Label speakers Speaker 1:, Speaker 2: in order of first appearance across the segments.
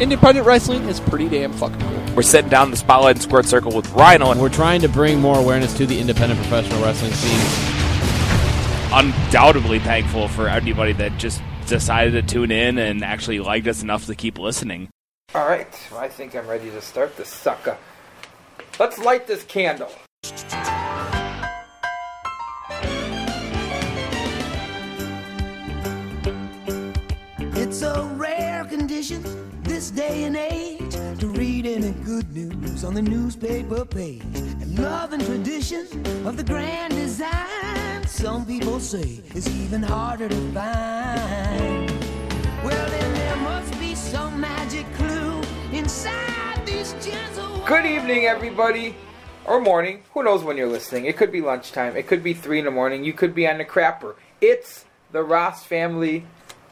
Speaker 1: independent wrestling is pretty damn fucking cool.
Speaker 2: We're setting down the spotlight and squared circle with Rhino.
Speaker 3: We're trying to bring more awareness to the independent professional wrestling scene.
Speaker 2: undoubtedly thankful for anybody that just decided to tune in and actually liked us enough to keep listening.
Speaker 4: All right, I think I'm ready to start this sucker. Let's light this candle.
Speaker 5: It's a rare condition this day and age to read any good news on the newspaper page. And love and tradition of the grand design, some people say, is even harder to find. Well, then there must be some magic clue inside these gentle.
Speaker 4: Good evening, everybody. Or morning. Who knows when you're listening? It could be lunchtime. It could be 3 in the morning. You could be on the crapper. It's the Ross Family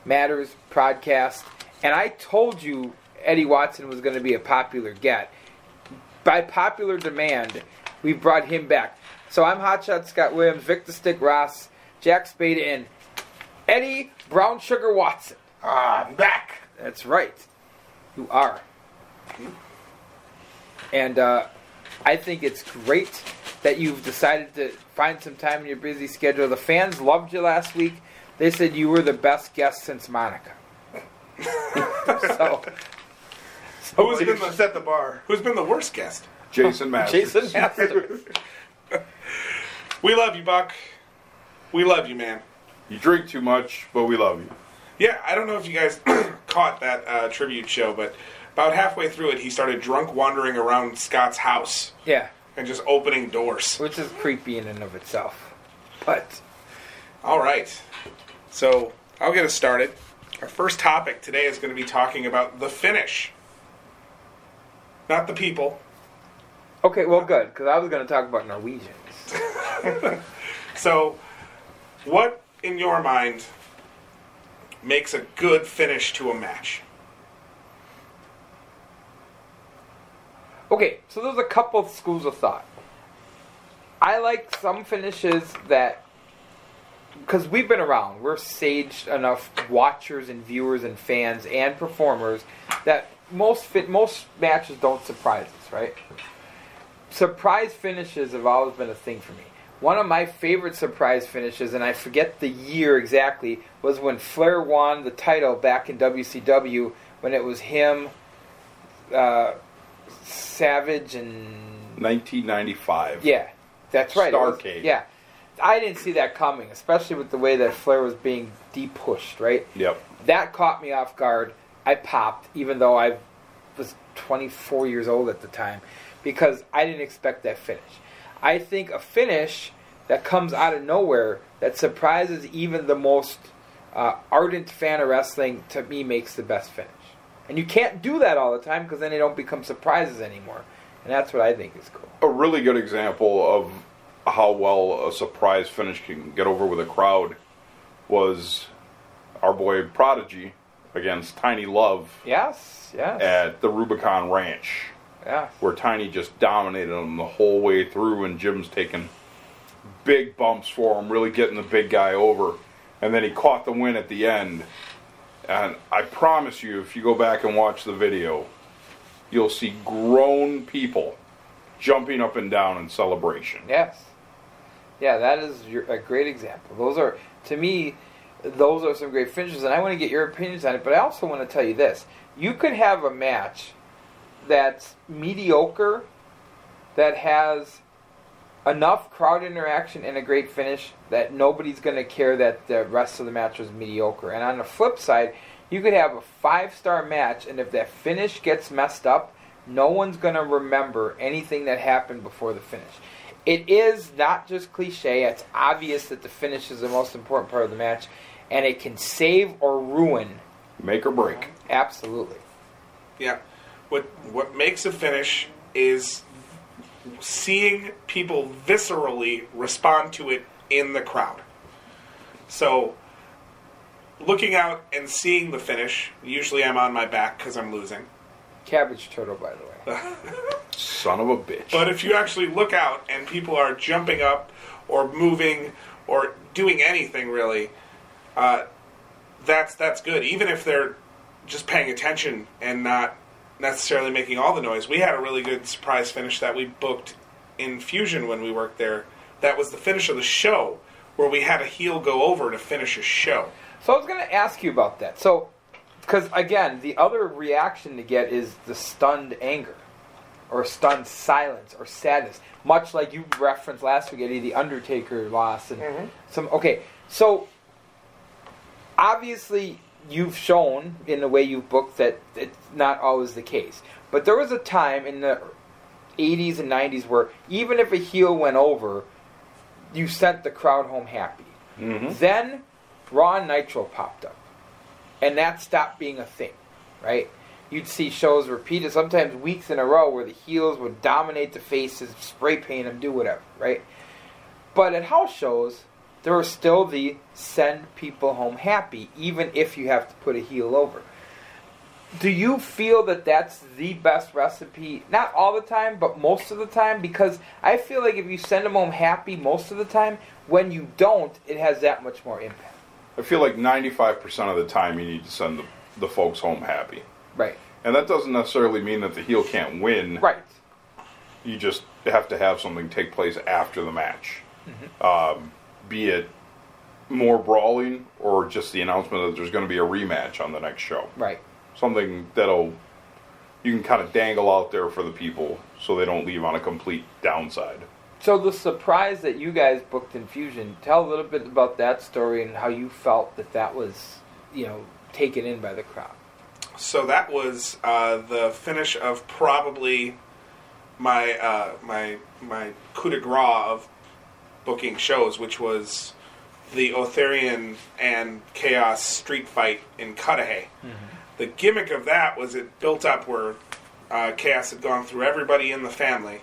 Speaker 4: Matters podcast. And I told you Eddie Watson was going to be a popular get. By popular demand, we brought him back. So I'm Hotshot Scott Williams, Victor Stick Ross, Jack Spade, and Eddie Brown Sugar Watson. Ah, I'm back. That's right. You are. And uh, I think it's great that you've decided to find some time in your busy schedule. The fans loved you last week. They said you were the best guest since Monica. so,
Speaker 6: Who's been the, set the bar? Who's been the worst guest?
Speaker 7: Jason Masters.
Speaker 4: Jason Masters.
Speaker 6: We love you, Buck. We love you, man.
Speaker 7: You drink too much, but we love you.
Speaker 6: Yeah, I don't know if you guys caught that uh, tribute show, but about halfway through it, he started drunk wandering around Scott's house
Speaker 4: yeah,
Speaker 6: and just opening doors.
Speaker 4: which is creepy in and of itself. But
Speaker 6: All right. So I'll get us started. Our first topic today is going to be talking about the finish. Not the people.
Speaker 4: okay, well, good because I was going to talk about Norwegians.
Speaker 6: So, what in your mind makes a good finish to a match?
Speaker 4: Okay, so there's a couple of schools of thought. I like some finishes that, because we've been around, we're saged enough watchers and viewers and fans and performers that most fit most matches don't surprise us, right? Surprise finishes have always been a thing for me. One of my favorite surprise finishes, and I forget the year exactly, was when Flair won the title back in WCW when it was him, uh, Savage, and
Speaker 7: 1995.
Speaker 4: yeah, that's right. It was-
Speaker 7: Starcade.
Speaker 4: Yeah, I didn't see that coming, especially with the way that Flair was being deep pushed. Right.
Speaker 7: Yep.
Speaker 4: That caught me off guard. I popped, even though I was 24 years old at the time, because I didn't expect that finish. I think a finish that comes out of nowhere that surprises even the most uh, ardent fan of wrestling to me makes the best finish. And you can't do that all the time because then they don't become surprises anymore. And that's what I think is cool.
Speaker 7: A really good example of how well a surprise finish can get over with a crowd was our boy Prodigy against Tiny Love
Speaker 4: Yes, yes.
Speaker 7: at the Rubicon Ranch,
Speaker 4: Yeah.
Speaker 7: where Tiny just dominated him the whole way through, and Jim's taking big bumps for him, really getting the big guy over. And then he caught the win at the end. And I promise you, if you go back and watch the video, you'll see grown people jumping up and down in celebration.
Speaker 4: Yes. Yeah, that is your, a great example. Those are, to me, those are some great finishes, and I want to get your opinions on it, but I also want to tell you this. You could have a match that's mediocre, that has enough crowd interaction and a great finish that nobody's going to care that the rest of the match was mediocre. And on the flip side, you could have a five star match, and if that finish gets messed up, no one's going to remember anything that happened before the finish. It is not just cliche, it's obvious that the finish is the most important part of the match, and it can save or ruin.
Speaker 7: Make or break.
Speaker 4: Absolutely.
Speaker 6: Yeah. What what makes a finish is seeing people viscerally respond to it in the crowd. So looking out and seeing the finish, usually I'm on my back cuz I'm losing.
Speaker 4: Cabbage Turtle, by the way.
Speaker 7: Son of a bitch.
Speaker 6: But if you actually look out and people are jumping up or moving or doing anything really, uh, that's that's good. Even if they're just paying attention and not necessarily making all the noise. We had a really good surprise finish that we booked in Fusion when we worked there. That was the finish of the show where we had a heel go over to finish a show.
Speaker 4: So I was going to ask you about that. So, because again, the other reaction to get is the stunned anger, or stunned silence, or sadness. Much like you referenced last week, Eddie, the Undertaker loss, and some. Okay, so obviously you've shown in the way you've booked that it's not always the case. But there was a time in the 80s and 90s where even if a heel went over, you sent the crowd home happy. Then Raw and Nitro popped up, and that stopped being a thing, right? You'd see shows repeated, sometimes weeks in a row, where the heels would dominate the faces, spray paint them, do whatever, right? But at house shows, there are still the send people home happy, even if you have to put a heel over. Do you feel that that's the best recipe? Not all the time, but most of the time, because I feel like if you send them home happy most of the time, when you don't, it has that much more impact.
Speaker 7: I feel like 95% of the time you need to send the, the folks home happy.
Speaker 4: Right.
Speaker 7: And that doesn't necessarily mean that the heel can't win.
Speaker 4: Right.
Speaker 7: You just have to have something take place after the match.
Speaker 4: Mm-hmm.
Speaker 7: Um, be it more brawling or just the announcement that there's going to be a rematch on the next show.
Speaker 4: Right.
Speaker 7: Something that'll you can kind of dangle out there for the people so they don't leave on a complete downside.
Speaker 4: So the surprise that you guys booked Infusion, tell a little bit about that story and how you felt that that was, you know, taken in by the crowd.
Speaker 6: So that was uh, the finish of probably my uh, my my coup de grace of booking shows, which was the Otharian and Chaos street fight in Cudahy. The gimmick of that was it built up where uh, Chaos had gone through everybody in the family,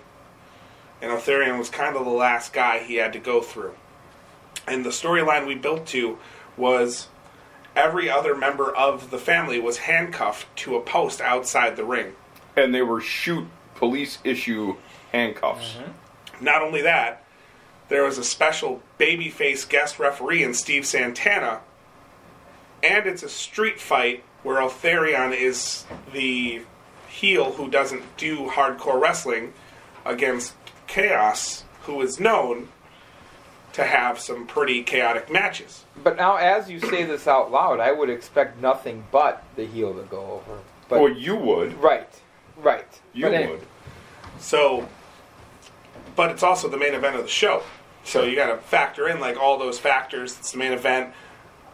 Speaker 6: and Otharian was kind of the last guy he had to go through. And the storyline we built to was every other member of the family was handcuffed to a post outside the ring.
Speaker 7: And they were shoot police issue handcuffs.
Speaker 4: Mm-hmm.
Speaker 6: Not only that, there was a special babyface guest referee in Steve Santana, and it's a street fight where Otharion is the heel who doesn't do hardcore wrestling against Chaos, who is known to have some pretty chaotic matches.
Speaker 4: But now, as you say this out loud, I would expect nothing but the heel to go over. But
Speaker 7: Well, you would.
Speaker 4: right, right.
Speaker 7: You
Speaker 4: But any-
Speaker 7: would.
Speaker 6: So, but it's also the main event of the show. So you got to factor in like all those factors. It's the main event.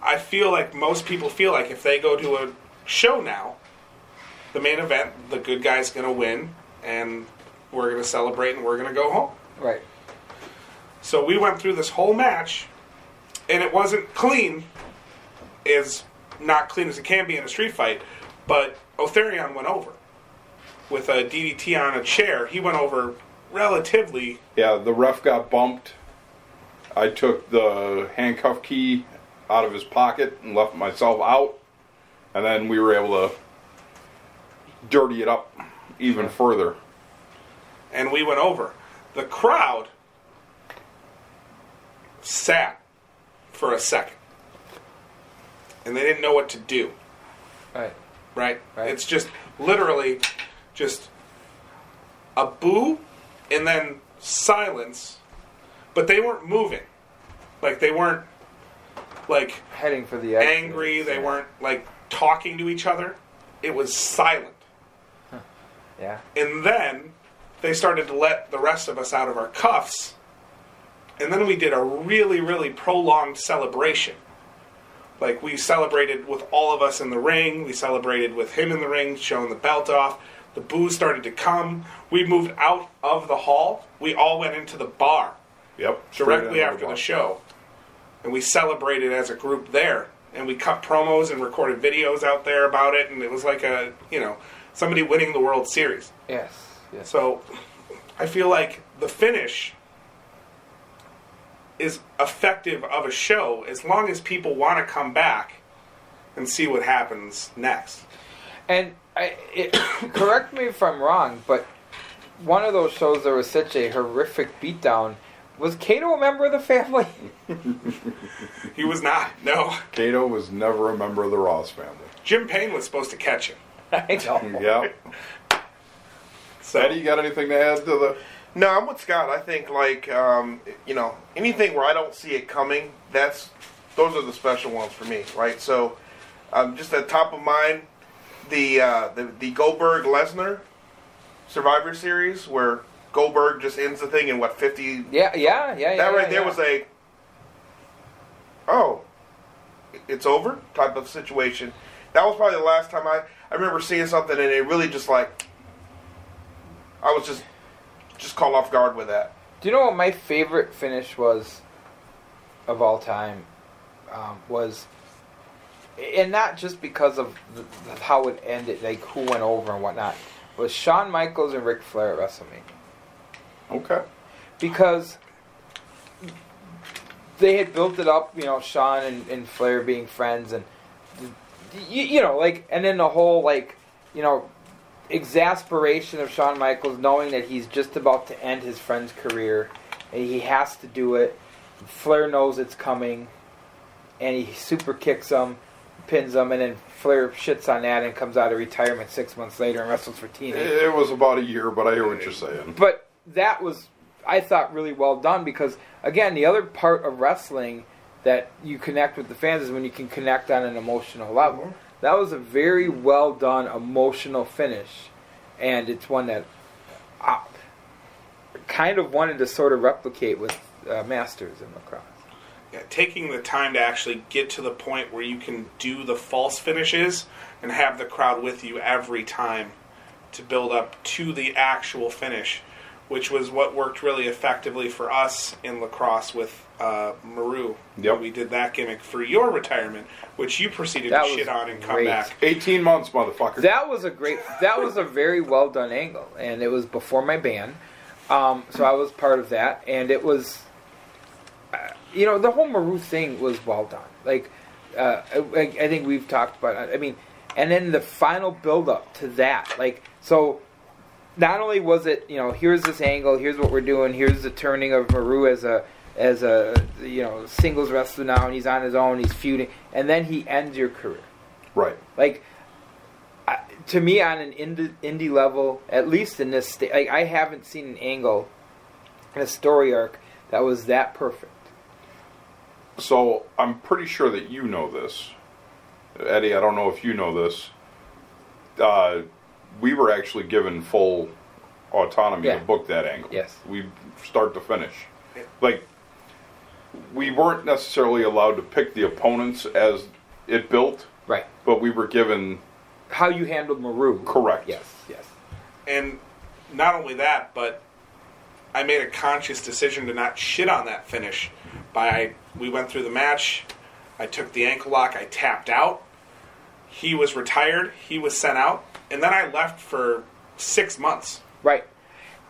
Speaker 6: I feel like most people feel like if they go to a show now, the main event, the good guy's going to win, and we're going to celebrate and we're going to go home.
Speaker 4: Right.
Speaker 6: So we went through this whole match, and it wasn't clean, as not clean as it can be in a street fight, but Otharion went over with a DDT on a chair. He went over relatively.
Speaker 7: Yeah, the ref got bumped. I took the handcuff key out of his pocket and left myself out. And then we were able to dirty it up even further.
Speaker 6: and we went over. The crowd sat for a second, and they didn't know what to do.
Speaker 4: Right.
Speaker 6: Right?
Speaker 4: Right.
Speaker 6: It's just literally just a boo, and then silence. But they weren't moving. Like they weren't like
Speaker 4: Heading for the exit.
Speaker 6: angry. They weren't like talking to each other. It was silent.
Speaker 4: Yeah.
Speaker 6: And then they started to let the rest of us out of our cuffs. And then we did a really, really prolonged celebration. Like, we celebrated with all of us in the ring. We celebrated with him in the ring, showing the belt off. The booze started to come. We moved out of the hall. We all went into the bar
Speaker 7: Yep. straight
Speaker 6: directly
Speaker 7: into
Speaker 6: after the
Speaker 7: bar.
Speaker 6: show. And we celebrated as a group there. And we cut promos and recorded videos out there about it. And it was like a, you know, somebody winning the World Series.
Speaker 4: Yes. Yes.
Speaker 6: So I feel like the finish is effective of a show as long as people want to come back and see what happens next.
Speaker 4: And I, it, correct me if I'm wrong, but one of those shows there was such a horrific beatdown. Was Kato a member of the family?
Speaker 6: He was not. No,
Speaker 7: Cato was never a member of the Ross family.
Speaker 6: Jim Payne was supposed to catch him.
Speaker 4: I know.
Speaker 7: Yeah.
Speaker 6: So
Speaker 7: Eddie, you got anything to add to the?
Speaker 8: No, I'm with Scott. I think like um, you know anything where I don't see it coming. That's those are the special ones for me, right? So um, just at top of mind, the uh, the, the Goldberg Lesnar Survivor Series where Goldberg just ends the thing in what 50.
Speaker 4: Yeah, yeah, yeah, yeah.
Speaker 8: that right
Speaker 4: yeah,
Speaker 8: there
Speaker 4: yeah.
Speaker 8: was a oh it's over type of situation. That was probably the last time I I remember seeing something and it really just like I was just just caught off guard with that.
Speaker 4: Do you know what my favorite finish was of all time? Um, was and not just because of the, the- how it ended, like who went over and whatnot. Was Shawn Michaels and Ric Flair at WrestleMania?
Speaker 7: Okay.
Speaker 4: because they had built it up, you know, Sean and, and Flair being friends, and you, you know, like, and then the whole like, you know, exasperation of Shawn Michaels knowing that he's just about to end his friend's career, and he has to do it. Flair knows it's coming, and he super kicks him, pins him, and then Flair shits on that and comes out of retirement six months later and wrestles for TNA.
Speaker 7: It it was about a year, but I hear what you're saying.
Speaker 4: But that was, I thought, really well done because, again, the other part of wrestling that you connect with the fans is when you can connect on an emotional level. That was a very well done emotional finish, and it's one that I kind of wanted to sort of replicate with uh, Masters and lacrosse.
Speaker 6: yeah, taking the time to actually get to the point where you can do the false finishes and have the crowd with you every time to build up to the actual finish, which was what worked really effectively for us in lacrosse with uh, Maru.
Speaker 7: Yep.
Speaker 6: We did that gimmick for your retirement, which you proceeded
Speaker 4: That
Speaker 6: to
Speaker 4: was
Speaker 6: shit on and come
Speaker 4: great.
Speaker 6: back.
Speaker 7: 18 months, motherfucker.
Speaker 4: That was a great. That was a very well done angle, and it was before my ban, um, so I was part of that, and it was, uh, you know, the whole Maru thing was well done. Like, uh, I, I think we've talked about. I mean, and then the final build up to that, like, so not only was it you know here's this angle here's what we're doing here's the turning of Maru as a as a you know singles wrestler now and he's on his own he's feuding and then he ends your career
Speaker 7: right.
Speaker 4: like I, to me on an indie, indie level at least in this sta- like, i haven't seen an angle in a story arc that was that perfect
Speaker 7: So I'm pretty sure that you know this. Eddie, I don't know if you know this. Uh, we were actually given full autonomy
Speaker 4: Yeah.
Speaker 7: to book that angle.
Speaker 4: Yes.
Speaker 7: We start to finish. Like, we weren't necessarily allowed to pick the opponents as it built,
Speaker 4: right
Speaker 7: but we were given
Speaker 4: how you handled maru
Speaker 7: correct.
Speaker 4: yes yes
Speaker 6: And not only that, but I made a conscious decision to not shit on that finish. By we went through the match, I took the ankle lock, I tapped out. He was retired, he was sent out, and then I left for six months.
Speaker 4: Right.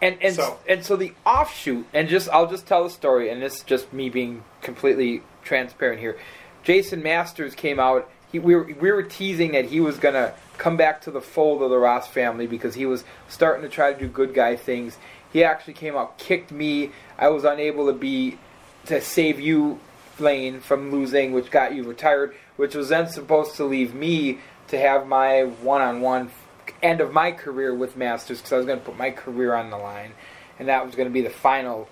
Speaker 4: And and
Speaker 6: So-
Speaker 4: and so the offshoot and just I'll just tell the story and this is just me being completely transparent here. Jason Masters came out. He, we, were, we were teasing that he was gonna come back to the fold of the Ross family because he was starting to try to do good guy things. He actually came out, kicked me. I was unable to be to save you Lane from losing, which got you retired, which was then supposed to leave me to have my one-on-one end of my career with Masters because I was going to put my career on the line, and that was going to be the final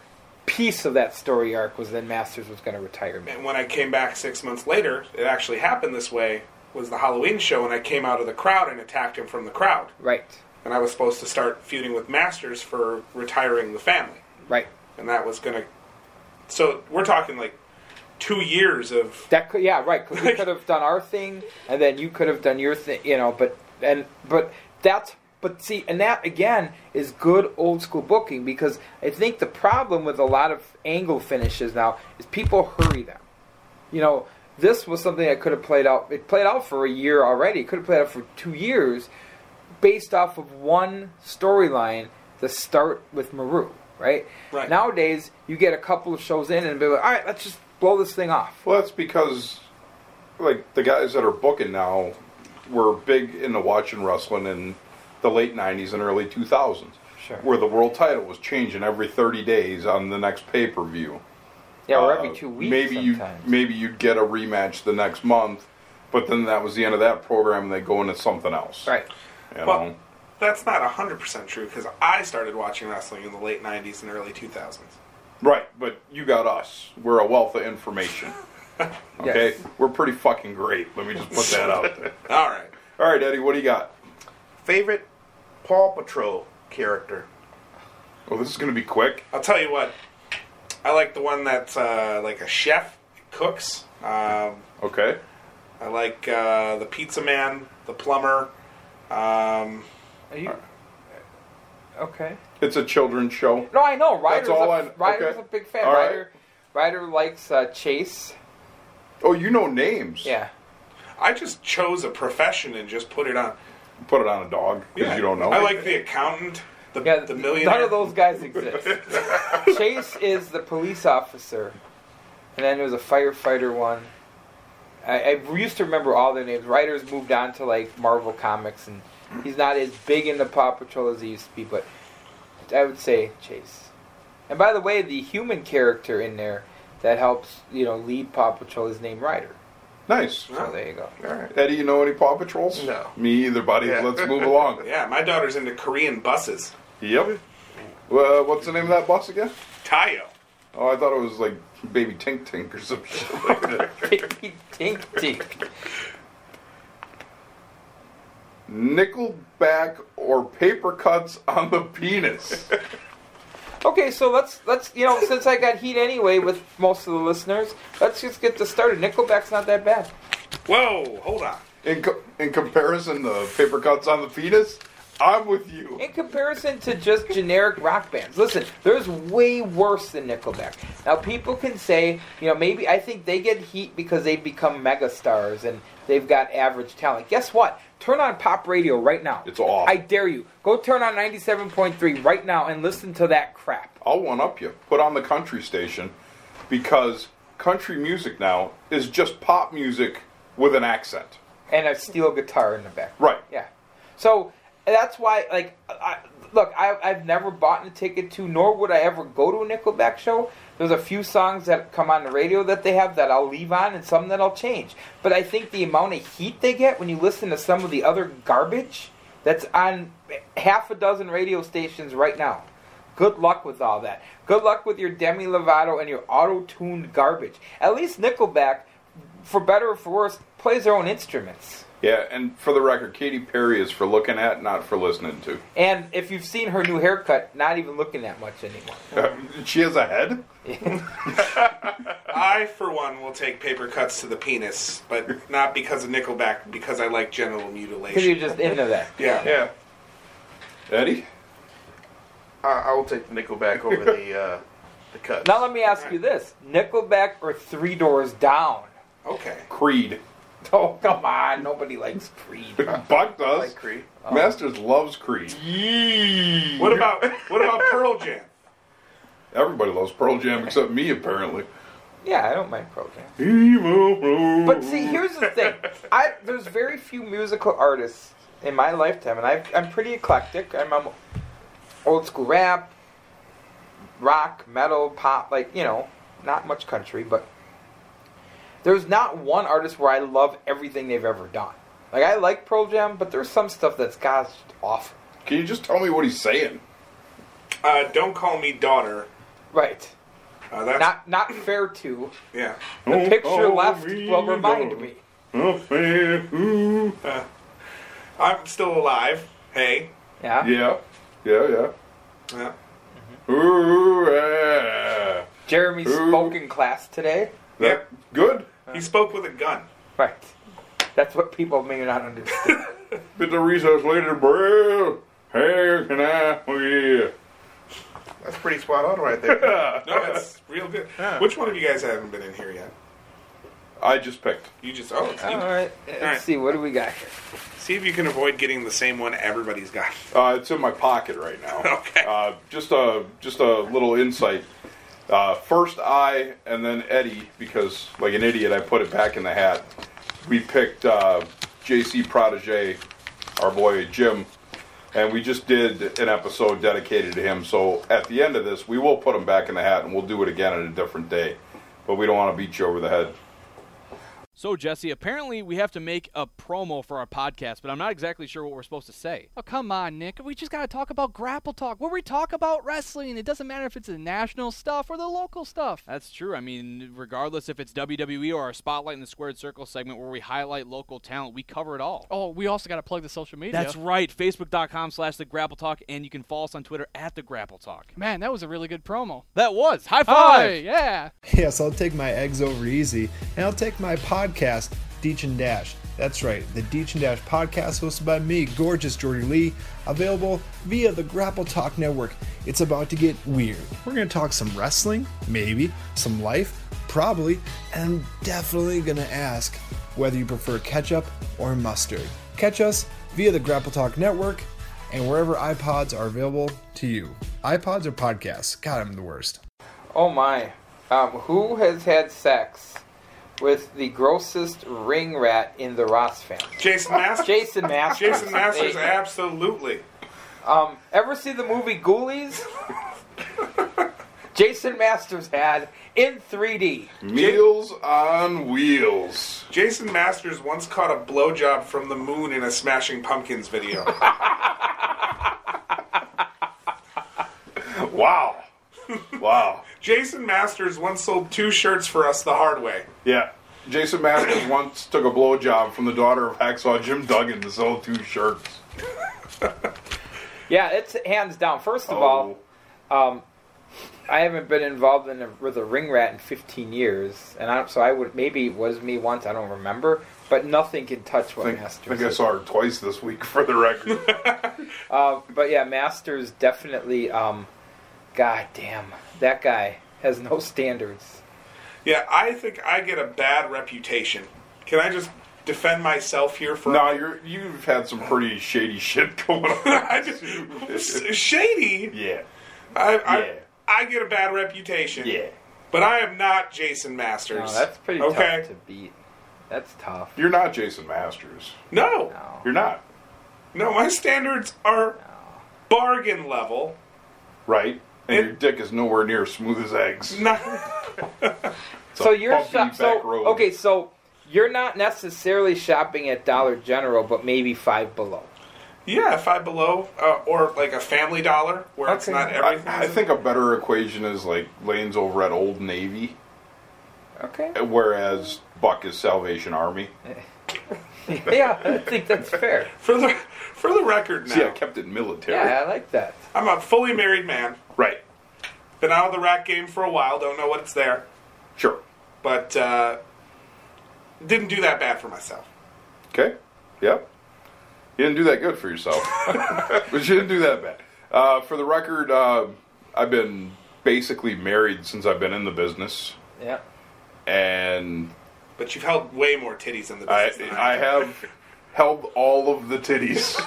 Speaker 4: piece of that story arc. Was then Masters was going to retire me.
Speaker 6: And when I came back six months later, it actually happened this way was the Halloween show, and I came out of the crowd and attacked him from the crowd.
Speaker 4: Right,
Speaker 6: And I was supposed to start feuding with Masters for retiring the family.
Speaker 4: right.
Speaker 6: and that was gonna. So we're talking like two years of
Speaker 4: That could, yeah, right. Because we could have done our thing, and then you could have done your thing, you know. But and but that's but see, and that again is good old school booking because I think the problem with a lot of angle finishes now is people hurry them. You know, this was something that could have played out. It played out for a year already. It could have played out for two years, based off of one storyline to start with Maru. Right?
Speaker 6: Right.
Speaker 4: Nowadays, you get a couple of shows in and be like, all right, let's just blow this thing off.
Speaker 7: Well, that's because, like, the guys that are booking now were big into watching wrestling in the late 90s and early 2000s.
Speaker 4: Sure.
Speaker 7: where the world title was changing every 30 days on the next pay per view.
Speaker 4: Yeah, or
Speaker 7: Uh,
Speaker 4: every two weeks.
Speaker 7: Maybe
Speaker 4: sometimes.
Speaker 7: you maybe you'd get a rematch the next month, but then that was the end of that program. and They go into something else.
Speaker 4: right.
Speaker 7: You know?
Speaker 6: Well, that's not 100% true because I started watching wrestling in the late 90s and early 2000s.
Speaker 7: Right, but you got us. We're a wealth of information. Okay,
Speaker 4: Yes.
Speaker 7: we're pretty fucking great. Let me just put that out there.
Speaker 6: All right.
Speaker 7: All right, Eddie, what do you got?
Speaker 8: Favorite Paw Patrol character?
Speaker 7: Well, Oh, this is going to be quick.
Speaker 6: I'll tell you what. I like the one that's uh, like a chef, cooks. Um,
Speaker 7: Okay,
Speaker 6: I like uh, the pizza man, the plumber. Um,
Speaker 4: Are you? Okay.
Speaker 7: it's a children's show.
Speaker 4: No, I know. Ryder's,
Speaker 7: Uh, all
Speaker 4: a,
Speaker 7: I-
Speaker 4: Ryder's
Speaker 7: okay.
Speaker 4: a big fan.
Speaker 7: All right.
Speaker 4: Ryder, Ryder likes uh, Chase.
Speaker 7: Oh, you know names.
Speaker 4: Yeah.
Speaker 6: I just chose a profession and just put it on.
Speaker 7: Put it on a dog because you don't know.
Speaker 6: I like the accountant, the,
Speaker 4: Yeah,
Speaker 6: the
Speaker 4: th-
Speaker 6: millionaire.
Speaker 4: None of those guys exist. Chase is the police officer, and then there was a firefighter one. I, I used to remember all their names. Writers moved on to like Marvel comics, and he's not as big into Paw Patrol as he used to be. But I would say Chase. And by the way, the human character in there that helps you know lead Paw Patrol is named Ryder.
Speaker 7: nice.
Speaker 4: So there you go.
Speaker 8: All right.
Speaker 7: Eddie, you know any Paw Patrols?
Speaker 8: No.
Speaker 7: Me either, buddy.
Speaker 8: Yeah.
Speaker 7: Let's move along.
Speaker 6: Yeah, my daughter's into Korean buses.
Speaker 7: Yep. Well, what's the name of that bus again?
Speaker 6: Tayo.
Speaker 7: Oh, I thought it was like Baby Tink Tink or some shit like that.
Speaker 4: tink tink.
Speaker 7: Nickelback or paper cuts on the penis.
Speaker 4: Okay, so let's let's you know since I got heat anyway with most of the listeners, let's just get this started. Nickelback's not that bad.
Speaker 6: Whoa, hold on.
Speaker 7: In, co- in comparison to paper cuts on the penis, I'm with you.
Speaker 4: In comparison to just generic rock bands, listen, there's way worse than Nickelback. Now people can say, you know, maybe I think they get heat because they've become megastars and they've got average talent. Guess what? Turn on pop radio right now.
Speaker 7: It's off.
Speaker 4: I dare you. Go turn on 97.3 right now and listen to that crap.
Speaker 7: I'll one up you. Put on the country station because country music now is just pop music with an accent.
Speaker 4: And a steel guitar in the back.
Speaker 7: Right.
Speaker 4: Yeah. So that's why, like, I, look, I, I've never bought a ticket to, nor would I ever go to a Nickelback show. There's a few songs that come on the radio that they have that I'll leave on, and some that I'll change. But I think the amount of heat they get when you listen to some of the other garbage that's on half a dozen radio stations right now. Good luck with all that. Good luck with your Demi Lovato and your auto-tuned garbage. At least Nickelback, for better or for worse, plays their own instruments.
Speaker 7: Yeah, and for the record, Katy Perry is for looking at, not for listening to.
Speaker 4: And if you've seen her new haircut, not even looking that much anymore.
Speaker 7: Uh, she has a head?
Speaker 6: I, for one, will take paper cuts to the penis, but not because of Nickelback, because I like genital
Speaker 4: Because you're
Speaker 6: mutilation.
Speaker 4: just into that.
Speaker 6: Yeah.
Speaker 8: Yeah,
Speaker 7: Eddie?
Speaker 8: I, I will take the Nickelback over the uh, the cut.
Speaker 4: Now let me ask you this: Nickelback or Three Doors Down?
Speaker 6: Okay.
Speaker 7: Creed.
Speaker 4: Oh come on, nobody likes Creed.
Speaker 7: Buck does. Uh-huh.
Speaker 8: like Creed.
Speaker 7: Masters loves Creed.
Speaker 6: What about what about Pearl Jam?
Speaker 7: Everybody loves Pearl Jam except me, apparently.
Speaker 4: Yeah, I don't mind program.
Speaker 7: But
Speaker 4: But see, here's the thing: I there's very few musical artists in my lifetime, and I've, I'm pretty eclectic. I'm, I'm old school rap, rock, metal, pop, like you know, not much country, but there's not one artist where I love everything they've ever done. Like I like Pearl Jam, but there's some stuff that's gosh awful.
Speaker 7: Can you just tell me what he's saying?
Speaker 6: Uh, Don't call me daughter.
Speaker 4: Right.
Speaker 6: Uh, that's
Speaker 4: Not not fair to.
Speaker 6: yeah.
Speaker 4: The picture left will remind me.
Speaker 6: Uh, I'm still alive. Hey.
Speaker 4: Yeah.
Speaker 7: Yeah, yeah, yeah.
Speaker 6: Yeah.
Speaker 7: Ooh, yeah.
Speaker 4: Jeremy
Speaker 7: Ooh.
Speaker 4: spoke in class today.
Speaker 7: That- Good.
Speaker 8: Uh.
Speaker 6: He spoke with a gun.
Speaker 4: Right. That's what people may not understand.
Speaker 7: Bit the resource later, bro. Hey, can I? Oh, yeah.
Speaker 8: That's pretty spot on right there.
Speaker 6: No, that's real good. Which one of you guys haven't been in here yet?
Speaker 7: I just picked.
Speaker 6: You just oh, it's you.
Speaker 8: Uh.
Speaker 4: All right. Let's
Speaker 6: right.
Speaker 4: see. What do we got here?
Speaker 6: see if you can avoid getting the same one everybody's got.
Speaker 7: Uh, it's in my pocket right now.
Speaker 6: Okay.
Speaker 7: Uh, just a just a little insight. Uh, first I, and then Eddie, because like an idiot, I put it back in the hat. We picked uh, J.C. Protege, our boy Jim, And we just did an episode dedicated to him. So at the end of this, we will put him back in the hat and we'll do it again at a different day. But we don't want to beat you over the head.
Speaker 9: So, Jesse, apparently we have to make a promo for our podcast, but I'm not exactly sure what we're supposed to say.
Speaker 10: Oh, come on, Nick. We just got to talk about grapple talk, where we talk about wrestling. It doesn't matter if it's the national stuff or the local stuff.
Speaker 9: That's true. I mean, regardless if it's WWE or our Spotlight in the Squared Circle segment where we highlight local talent, we cover it all.
Speaker 10: Oh, we also got to plug the social media.
Speaker 9: That's right. Facebook.com slash The Grapple Talk, and you can follow us on Twitter at The Grapple Talk.
Speaker 10: Man, that was a really good promo.
Speaker 9: That was. High
Speaker 10: Hi,
Speaker 9: five!
Speaker 10: yeah.
Speaker 11: Yes, I'll take my eggs over easy, and I'll take my podcast, Deech and Dash. That's right, the Deech and Dash podcast hosted by me, gorgeous Jordy Lee, available via the Grapple Talk Network. It's about to get weird. We're going to talk some wrestling, maybe, some life, probably, and I'm definitely going to ask whether you prefer ketchup or mustard. Catch us via the Grapple Talk Network and wherever iPods are available to you. iPods or podcasts? God, I'm the worst.
Speaker 4: Oh my. Um, who has had sex with the grossest ring rat in the Ross family?
Speaker 6: Jason Masters.
Speaker 4: Jason Masters.
Speaker 6: Jason Masters,
Speaker 4: Hey,
Speaker 6: absolutely.
Speaker 4: Um, ever see the movie Ghoulies? Jason Masters had in 3D.
Speaker 7: Meals on Wheels.
Speaker 6: Jason Masters once caught a blowjob from the moon in a Smashing Pumpkins video.
Speaker 7: Wow. Wow.
Speaker 6: Jason Masters once sold two shirts for us the hard way.
Speaker 7: Yeah. Jason Masters once took a blowjob from the daughter of Hacksaw Jim Duggan to sell two shirts.
Speaker 4: Yeah, it's hands down. First of
Speaker 7: Oh,
Speaker 4: all, um, I haven't been involved in a, with a ring rat in 15 years, and I, so I would maybe it was me once. I don't remember, but nothing can touch what
Speaker 7: I think, I
Speaker 4: Masters.
Speaker 7: think I
Speaker 4: is.
Speaker 7: saw her twice this week for the record.
Speaker 4: Uh, but yeah, Masters definitely. Um, God damn, that guy has no standards.
Speaker 6: Yeah, I think I get a bad reputation. Can I just defend myself here for
Speaker 7: no, you're, you've had some pretty shady shit going
Speaker 6: I
Speaker 7: on.
Speaker 6: just- shady.
Speaker 7: yeah.
Speaker 6: I, I,
Speaker 7: Yeah.
Speaker 6: I get a bad reputation.
Speaker 7: Yeah.
Speaker 6: But I am not Jason
Speaker 4: No,
Speaker 6: Masters.
Speaker 4: that's pretty
Speaker 6: okay.
Speaker 4: tough to beat. That's tough.
Speaker 7: You're not Jason Masters.
Speaker 6: No.
Speaker 4: No.
Speaker 7: You're not.
Speaker 6: No, my standards are bargain level.
Speaker 7: Right? And your dick is nowhere near smooth as eggs.
Speaker 6: Not,
Speaker 7: It's a
Speaker 4: So you're
Speaker 7: bumpy
Speaker 4: shop- so
Speaker 7: back road.
Speaker 4: okay. So you're not necessarily shopping at Dollar General, but maybe Five Below.
Speaker 6: yeah, Five Below uh, or like a Family Dollar where it's
Speaker 4: Okay.
Speaker 6: not
Speaker 7: I,
Speaker 6: everything.
Speaker 7: I think a better equation is like Lane's over at Old Navy,
Speaker 4: Okay.
Speaker 7: whereas Buck is Salvation Army.
Speaker 4: yeah, I think that's fair.
Speaker 6: for the for the record now,
Speaker 7: See, I kept it military.
Speaker 4: Yeah, I like that.
Speaker 6: I'm a fully married man.
Speaker 7: Right.
Speaker 6: Been out of the rack game for a while. Don't know what's there,
Speaker 7: Sure.
Speaker 6: but uh, didn't do that bad for myself.
Speaker 7: Okay. Yep. You didn't do that good for yourself, but you didn't do that bad. Uh, for the record, uh, I've been basically married since I've been in the business,
Speaker 4: Yeah.
Speaker 7: and
Speaker 6: But you've held way more titties in the
Speaker 7: I,
Speaker 6: business. than
Speaker 7: I
Speaker 6: have.
Speaker 7: have held all of the titties,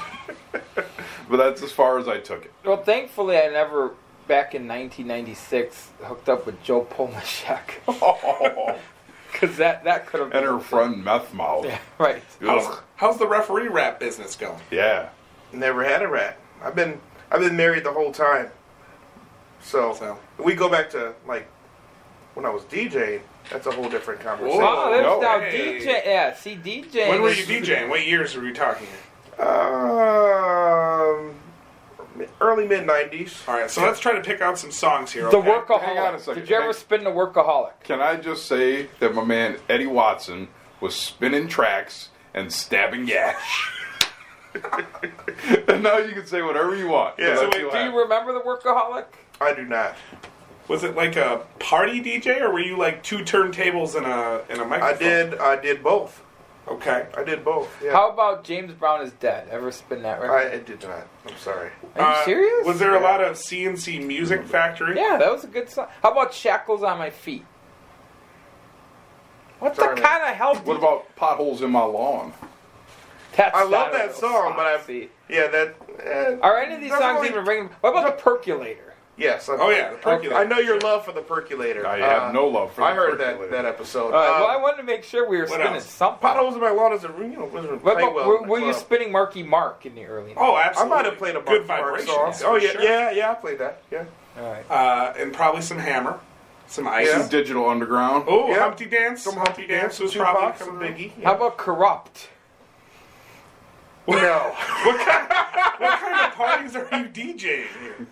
Speaker 7: but that's as far as I took it.
Speaker 4: Well, thankfully, I never back in 1996 hooked up with Joe Polnishek because that that could have
Speaker 7: and
Speaker 4: been
Speaker 7: her friend meth mouth.
Speaker 4: right.
Speaker 7: Ugh.
Speaker 6: How's the referee rap business going?
Speaker 7: Yeah.
Speaker 8: Never had a rat. I've been I've been married the whole time. So,
Speaker 6: So.
Speaker 8: we go back to like when I was DJing. That's a whole different conversation.
Speaker 4: Oh, that's
Speaker 7: no.
Speaker 4: now
Speaker 6: Hey.
Speaker 4: DJ. Yeah, see, DJ.
Speaker 6: When were you DJing? What years were you talking? in?
Speaker 8: Um, early mid nineties.
Speaker 6: All right, so let's try to pick out some songs here.
Speaker 4: The
Speaker 6: okay?
Speaker 7: Hang on a
Speaker 4: workaholic.
Speaker 7: second.
Speaker 4: Did you ever spin the workaholic?
Speaker 7: Can I just say that my man Eddie Watson was spinning tracks and stabbing gash? and now you can say whatever you want.
Speaker 8: Yeah.
Speaker 7: So
Speaker 8: So
Speaker 7: I
Speaker 8: wait,
Speaker 7: feel
Speaker 4: Do
Speaker 7: happy.
Speaker 4: you remember the workaholic?
Speaker 8: I do not.
Speaker 6: Was it like a party DJ, or were you like two turntables and a and a microphone?
Speaker 8: I did. I did both.
Speaker 6: Okay.
Speaker 8: I did both. Yeah.
Speaker 4: How about James Brown is dead? Ever spin that record?
Speaker 8: I, I did not. I'm sorry.
Speaker 4: Are you
Speaker 6: Uh,
Speaker 4: serious?
Speaker 6: Was there a lot of CNC Music Factory?
Speaker 4: Yeah, that was a good song. How about Shackles on My Feet? What
Speaker 8: Darn
Speaker 4: the
Speaker 8: it.
Speaker 4: kind of help?
Speaker 7: What about potholes in my lawn?
Speaker 4: That's
Speaker 8: I love
Speaker 4: not a
Speaker 8: that
Speaker 4: real
Speaker 8: song, but I
Speaker 4: See.
Speaker 8: yeah that. Eh,
Speaker 4: Are any of these
Speaker 8: doesn't
Speaker 4: songs
Speaker 8: really-
Speaker 4: even ringing? What about the Percolator?
Speaker 8: Yes. I'm-
Speaker 6: Oh, yeah, the percolator. Oh,
Speaker 8: I know your love for the percolator.
Speaker 7: Uh,
Speaker 8: Uh,
Speaker 7: I have no love for
Speaker 8: I
Speaker 7: the
Speaker 8: heard that
Speaker 7: percolator.
Speaker 8: that episode.
Speaker 4: All right, well,
Speaker 8: Uh,
Speaker 4: I wanted to make sure we were
Speaker 6: what
Speaker 4: spinning
Speaker 6: else?
Speaker 4: something.
Speaker 8: potholes in my waters are you know wasn't
Speaker 4: But,
Speaker 8: play
Speaker 4: but
Speaker 8: well.
Speaker 4: were,
Speaker 8: in the
Speaker 4: were you
Speaker 8: club.
Speaker 4: spinning Marky Mark in the early?
Speaker 6: Oh,
Speaker 8: I
Speaker 6: absolutely.
Speaker 8: might have played a
Speaker 6: good
Speaker 8: Marky Mark
Speaker 6: vibration.
Speaker 8: song.
Speaker 6: that's
Speaker 8: Oh
Speaker 6: for
Speaker 8: yeah,
Speaker 6: sure.
Speaker 8: yeah, yeah. I played that. Yeah.
Speaker 4: All right.
Speaker 6: Uh, and probably some hammer, some ice.
Speaker 7: Some digital underground.
Speaker 6: Oh,
Speaker 8: Yeah.
Speaker 6: Humpty Dance.
Speaker 8: Some Humpty Dance
Speaker 6: was
Speaker 8: with Tupac,
Speaker 6: probably
Speaker 8: some
Speaker 6: coming
Speaker 8: Biggie.
Speaker 6: up.
Speaker 4: How about corrupt?
Speaker 8: No,
Speaker 6: What kind of parties are you DJing here?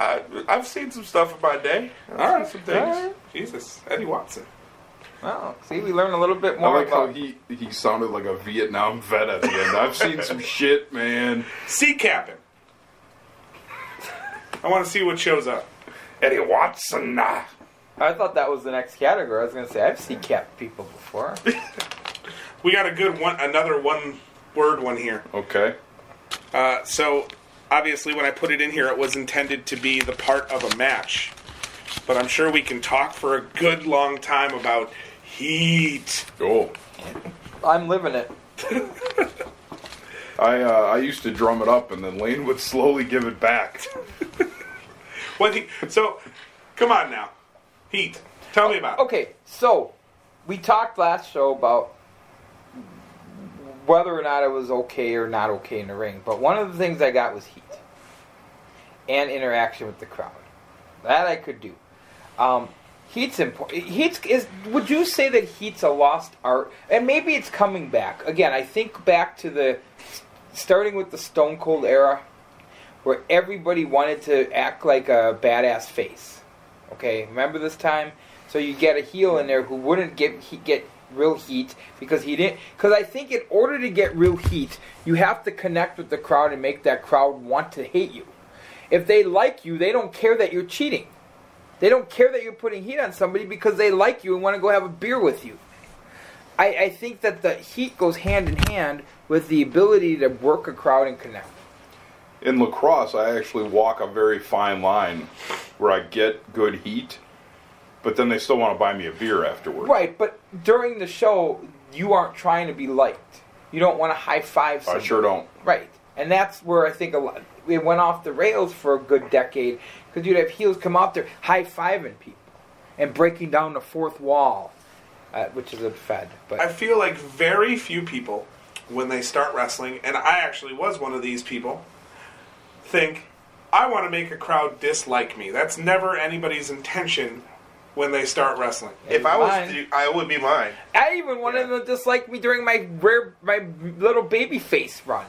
Speaker 8: I, I've seen some stuff in my day. I've
Speaker 6: All right,
Speaker 8: seen some things.
Speaker 6: Jesus, Eddie Watson.
Speaker 4: Oh, see, we learned a little bit
Speaker 7: I
Speaker 4: more
Speaker 7: like how
Speaker 4: about.
Speaker 7: he, he sounded like a Vietnam vet at the end. I've seen some shit, man.
Speaker 6: Sea capping. I want to see what shows up.
Speaker 7: Eddie Watson. Nah.
Speaker 4: I thought that was the next category. I was gonna say I've seen cat people before.
Speaker 6: We got a good one, another one word one here.
Speaker 7: Okay.
Speaker 6: Uh, so, obviously, when I put it in here, it was intended to be the part of a match. But I'm sure we can talk for a good long time about heat.
Speaker 7: Oh.
Speaker 4: I'm living it.
Speaker 7: I uh, I used to drum it up, and then Lane would slowly give it back.
Speaker 6: What he, so, come on now. Heat. Tell me about it.
Speaker 4: Okay, so we talked last show about whether or not it was okay or not okay in the ring, but one of the things I got was heat and interaction with the crowd. That I could do. Um, heat's important. Heat's is. Would you say that heat's a lost art? And maybe it's coming back again. I think back to the starting with the Stone Cold era, where everybody wanted to act like a badass face. Okay, remember this time? So you get a heel in there who wouldn't get he, get real heat because he didn't. Because I think in order to get real heat, you have to connect with the crowd and make that crowd want to hate you. If they like you, they don't care that you're cheating. They don't care that you're putting heat on somebody because they like you and want to go have a beer with you. I, I think that the heat goes hand in hand with the ability to work a crowd and connect.
Speaker 7: In lacrosse, I actually walk a very fine line where I get good heat, but then they still want to buy me a beer afterward.
Speaker 4: Right, but during the show, you aren't trying to be liked. You don't want to high five.
Speaker 7: I
Speaker 4: Somebody.
Speaker 7: sure don't.
Speaker 4: Right, and that's where I think a lot it went off the rails for a good decade because you'd have heels come out there high fiving people and breaking down the fourth wall, uh, which is a fed. But
Speaker 6: I feel like very few people, when they start wrestling, and I actually was one of these people, think, I want to make a crowd dislike me. That's never anybody's intention when they start wrestling.
Speaker 8: If I was,
Speaker 4: Mine.
Speaker 8: you, I would be mine.
Speaker 4: I even wanted them to dislike me during my rare, my little baby face run.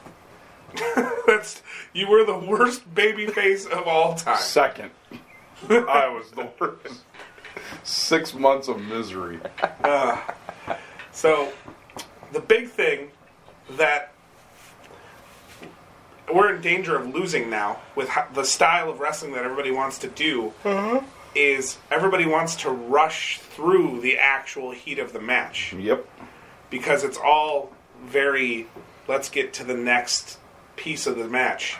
Speaker 6: That's you were the worst baby face of all time.
Speaker 7: Second, I was the worst. Six months of misery.
Speaker 6: So the big thing that we're in danger of losing now with ho- the style of wrestling that everybody wants to do is everybody wants to rush through the actual heat of the match
Speaker 7: Yep.
Speaker 6: because it's all very let's get to the next piece of the match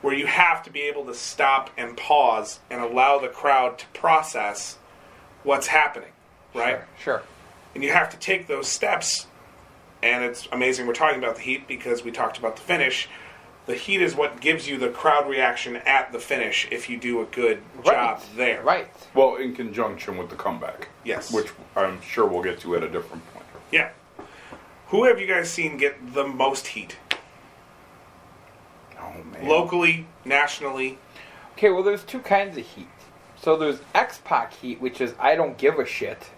Speaker 6: where you have to be able to stop and pause and allow the crowd to process what's happening right
Speaker 4: Sure.
Speaker 6: and you have to take those steps and it's amazing we're talking about the heat because we talked about the finish the heat is what gives you the crowd reaction at the finish if you do a good job
Speaker 4: right.
Speaker 6: there
Speaker 4: Right.
Speaker 7: Well, in conjunction with the comeback.
Speaker 6: Yes.
Speaker 7: Which I'm sure we'll get to at a different point.
Speaker 6: yeah who have you guys seen get the most heat
Speaker 7: Oh man.
Speaker 6: locally nationally
Speaker 4: Okay, well, there's two kinds of heat. So there's X Pac heat, which is I don't give a shit.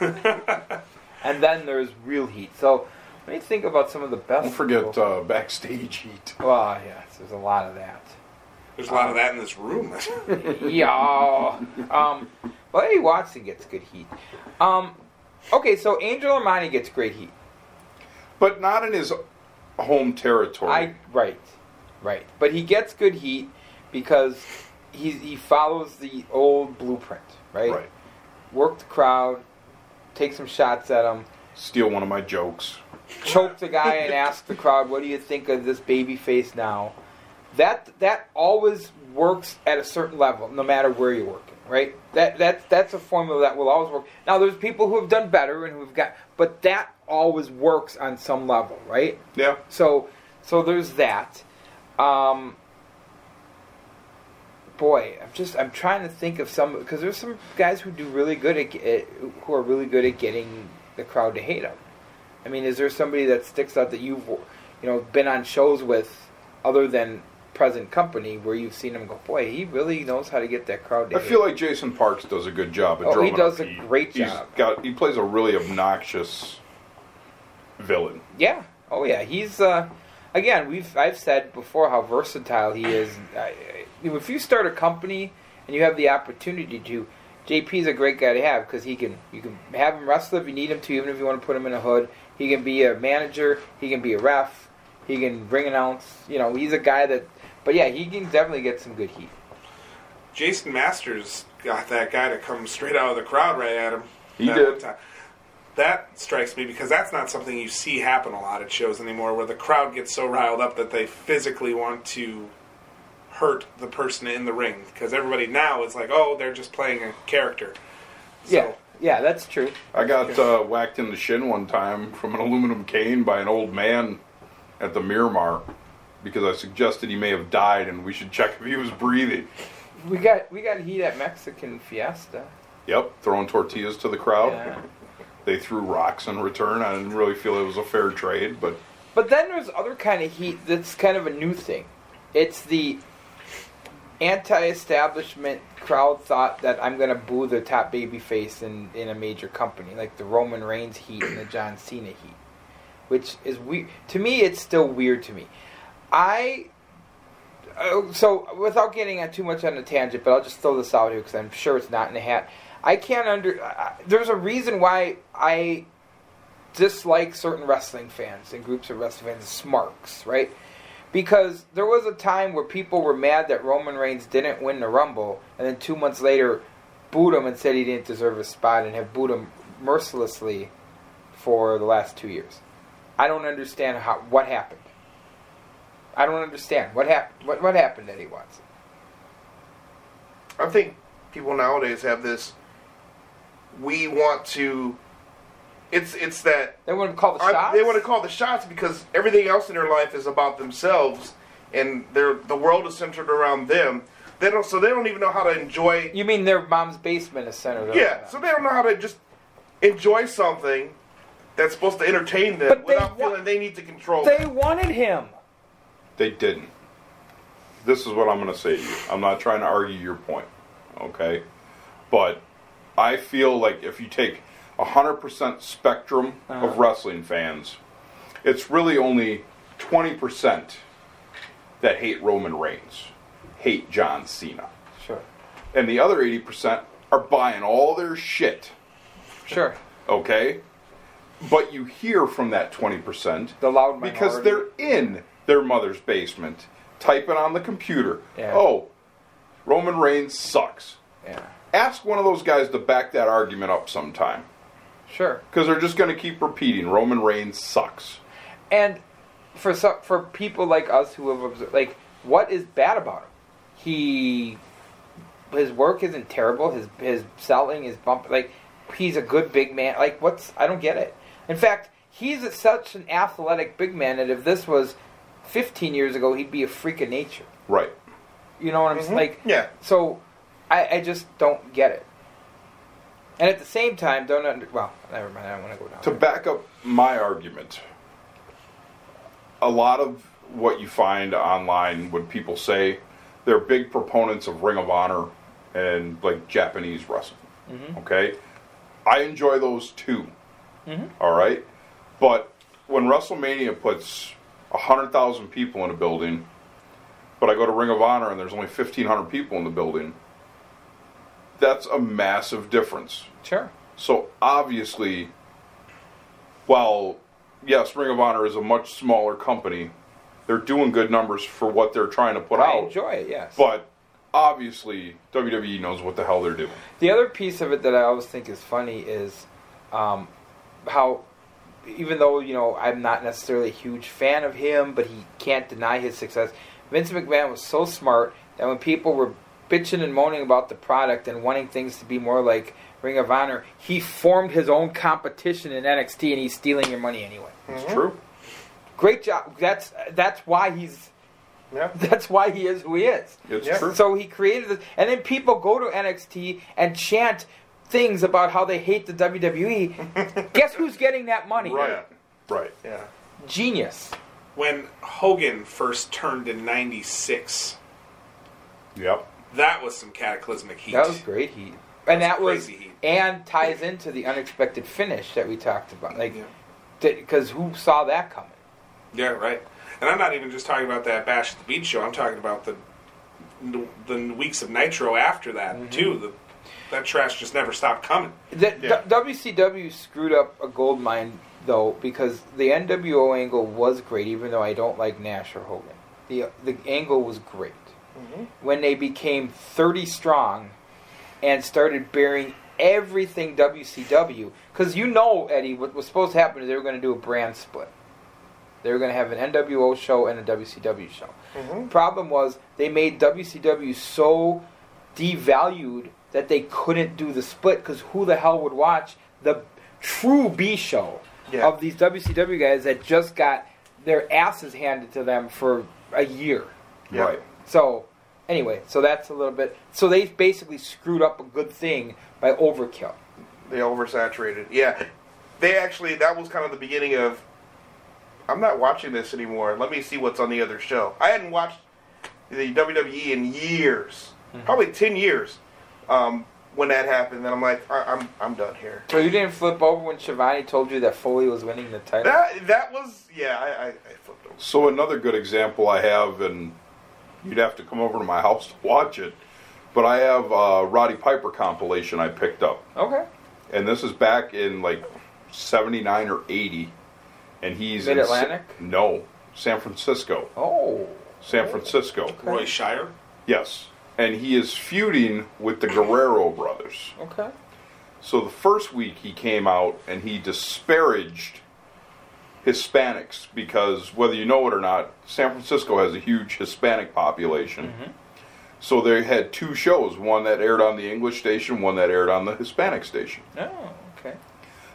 Speaker 4: and then there's real heat. So let me think about some of the best.
Speaker 7: Don't forget
Speaker 4: people.
Speaker 7: uh, backstage heat.
Speaker 4: Well, yes, there's a lot of that.
Speaker 6: there's a lot of that in this room
Speaker 4: yeah. Um, well, Eddie Watson gets good heat. Um, okay, so Angel Armani gets great heat.
Speaker 7: But not in his home territory.
Speaker 4: I right, right. But he gets good heat because he he follows the old blueprint, right?
Speaker 7: right.
Speaker 4: Work the crowd, take some shots at him.
Speaker 7: Steal one of my jokes.
Speaker 4: choke the guy and ask the crowd, "What do you think of this baby face now?" That that always works at a certain level, no matter where you're working, right? That that that's a formula that will always work. Now, there's people who have done better and who've got, but that always works on some level, right?
Speaker 7: Yeah.
Speaker 4: So so there's that. Um, boy, I'm just I'm trying to think of some because there's some guys who do really good at, at who are really good at getting the crowd to hate them. I mean, is there somebody that sticks out that you've you know been on shows with other than present company where you've seen him go? Boy, he really knows how to get that crowd to.
Speaker 7: I
Speaker 4: hate
Speaker 7: feel
Speaker 4: him."
Speaker 7: like Jason Parks does a good job. At
Speaker 4: Oh, he
Speaker 7: drumming
Speaker 4: does
Speaker 7: up.
Speaker 4: a great
Speaker 7: he's
Speaker 4: job.
Speaker 7: Got he plays a really obnoxious villain.
Speaker 4: Yeah. Oh yeah. He's uh, again. We've I've said before how versatile he is. I, I, if you start a company and you have the opportunity to, JP's a great guy to have because he can you can have him wrestle if you need him to, even if you want to put him in a hood. He can be a manager. He can be a ref. He can ring announce. You know, he's a guy that. But yeah, he can definitely get some good heat.
Speaker 6: Jason Masters got that guy to come straight out of the crowd right at him.
Speaker 7: He
Speaker 6: that
Speaker 7: did.
Speaker 6: one time. That strikes me because that's not something you see happen a lot at shows anymore, where the crowd gets so riled up that they physically want to hurt the person in the ring. Because everybody now is like, oh, they're just playing a character.
Speaker 4: Yeah. Yeah, that's true.
Speaker 7: I got uh, whacked in the shin one time from an aluminum cane by an old man at the Miramar because I suggested he may have died and we should check if he was breathing.
Speaker 4: We got we got heat at Mexican Fiesta.
Speaker 7: Yep, throwing tortillas to the crowd.
Speaker 4: Yeah.
Speaker 7: They threw rocks in return. I didn't really feel it was a fair trade, but
Speaker 4: But then there's other kind of heat that's kind of a new thing. It's the anti-establishment crowd thought that I'm going to boo the top babyface in in a major company, like the Roman Reigns heat and the John Cena heat, which is weird to me. It's still weird to me. I uh, so without getting on too much on a tangent, but I'll just throw this out here because I'm sure it's not in the hat. I can't under. I, there's a reason why I dislike certain wrestling fans and groups of wrestling fans, smarks, right? Because there was a time where people were mad that Roman Reigns didn't win the Rumble, and then two months later, booed him and said he didn't deserve his spot, and have booed him mercilessly for the last two years. I don't understand how what happened. I don't understand what happened. What what happened to Eddie Watson?
Speaker 8: I think people nowadays have this. We want to. It's it's that
Speaker 4: They want to call the
Speaker 8: I-
Speaker 4: shots.
Speaker 8: they want to call the shots because everything else in their life is about themselves, and their the world is centered around them. They don't so they don't even know how to enjoy.
Speaker 4: You mean their mom's basement is centered?
Speaker 8: Yeah,
Speaker 4: around
Speaker 8: so they don't know how to just enjoy something that's supposed to entertain them
Speaker 4: But they
Speaker 8: without
Speaker 4: wa-
Speaker 8: feeling they need to control.
Speaker 4: that. they wanted him.
Speaker 7: They didn't. This is what I'm going to say to you. I'm not trying to argue your point, okay? But I feel like if you take 100% spectrum of wrestling fans, it's really only 20% that hate Roman Reigns, hate John Cena.
Speaker 4: Sure,
Speaker 7: And the other 80% are buying all their shit,
Speaker 4: sure.
Speaker 7: okay? But you hear from that 20%
Speaker 4: The loud minority.
Speaker 7: because they're in their mother's basement typing on the computer.
Speaker 4: Yeah.
Speaker 7: Oh, Roman Reigns sucks.
Speaker 4: yeah,
Speaker 7: Ask one of those guys to back that argument up sometime
Speaker 4: sure.
Speaker 7: because they're just going to keep repeating Roman Reigns sucks.
Speaker 4: And for some, for people like us who have observed, like, what is bad about him? He, his work isn't terrible. His his selling is bump. Like, he's a good big man. Like, what's I don't get it. In fact, he's a, such an athletic big man that if this was 15 years ago, he'd be a freak of nature.
Speaker 7: Right.
Speaker 4: You know what I'm saying? Like,
Speaker 8: Yeah.
Speaker 4: So, I, I just don't get it. And at the same time, don't under, well, never mind. I don't want to go down.
Speaker 7: To
Speaker 4: there.
Speaker 7: back up my argument, a lot of what you find online when people say they're big proponents of Ring of Honor and like Japanese wrestling. Okay? I enjoy those too. All right? But when WrestleMania puts 100,000 people in a building, but I go to Ring of Honor and there's only 1,500 people in the building, that's a massive difference.
Speaker 4: sure.
Speaker 7: So obviously, while yes, Ring of Honor is a much smaller company, they're doing good numbers for what they're trying to put
Speaker 4: I
Speaker 7: out.
Speaker 4: enjoy it. Yes.
Speaker 7: But obviously, WWE knows what the hell they're doing.
Speaker 4: The other piece of it that I always think is funny is um, how, even though you know I'm not necessarily a huge fan of him, but he can't deny his success. Vince McMahon was so smart that when people were bitching and moaning about the product and wanting things to be more like Ring of Honor, he formed his own competition in NXT, and he's
Speaker 7: Hmm.
Speaker 4: stealing your money anyway.
Speaker 7: It's true.
Speaker 4: Great job. That's that's why he's That's why he is who he is.
Speaker 7: It's Yeah. true.
Speaker 4: So he created this, and then people go to NXT and chant things about how they hate the WWE. Guess who's getting that money?
Speaker 6: Right.
Speaker 7: Right.
Speaker 8: Yeah.
Speaker 4: Genius.
Speaker 6: When Hogan first turned in '96,
Speaker 7: Yep.
Speaker 6: that was some cataclysmic heat.
Speaker 4: That was great heat, and that was,
Speaker 6: crazy heat.
Speaker 4: and ties into the unexpected finish that we talked about. Like, because who saw that coming?
Speaker 6: Yeah, right. And I'm not even just talking about that Bash at the Beach show. I'm talking about the the weeks of Nitro after that too. The, that trash just never stopped coming.
Speaker 4: The, W- WCW screwed up a gold mine though because the NWO angle was great, even though I don't like Nash or Hogan. The the angle was great when they became 30 strong and started burying everything WCW because you know Eddie what was supposed to happen is they were going to do a brand split. They were going to have an NWO show and a WCW show. Problem was they made WCW so devalued that they couldn't do the split because who the hell would watch the true B show
Speaker 8: Yeah.
Speaker 4: of these WCW guys that just got their asses handed to them for a year.
Speaker 8: Yeah.
Speaker 7: Right.
Speaker 4: So anyway, so that's a little bit. So they basically screwed up a good thing by overkill.
Speaker 8: They oversaturated. Yeah. They actually, that was kind of the beginning of, I'm not watching this anymore. Let me see what's on the other show. I hadn't watched the WWE in years, probably 10 years um, when that happened. Then I'm like, I- I'm, I'm done here.
Speaker 4: So you didn't flip over when Shivani told you that Foley was winning the title.
Speaker 8: That, that was, yeah, I, I, I flipped over.
Speaker 7: So another good example I have, and you'd have to come over to my house to watch it, but I have a Roddy Piper compilation I picked up,
Speaker 4: okay.
Speaker 7: and this is back in like '79 or '80, and he's in Sa-
Speaker 4: Mid-Atlantic?
Speaker 7: no, San Francisco.
Speaker 4: Oh.
Speaker 7: San Francisco.
Speaker 6: Roy Shire.
Speaker 7: Yes, and he is feuding with the Guerrero brothers.
Speaker 4: Okay.
Speaker 7: So the first week he came out and he disparaged Hispanics because whether you know it or not, San Francisco has a huge Hispanic population. So they had two shows, one that aired on the English station, one that aired on the Hispanic station.
Speaker 4: Oh. Okay.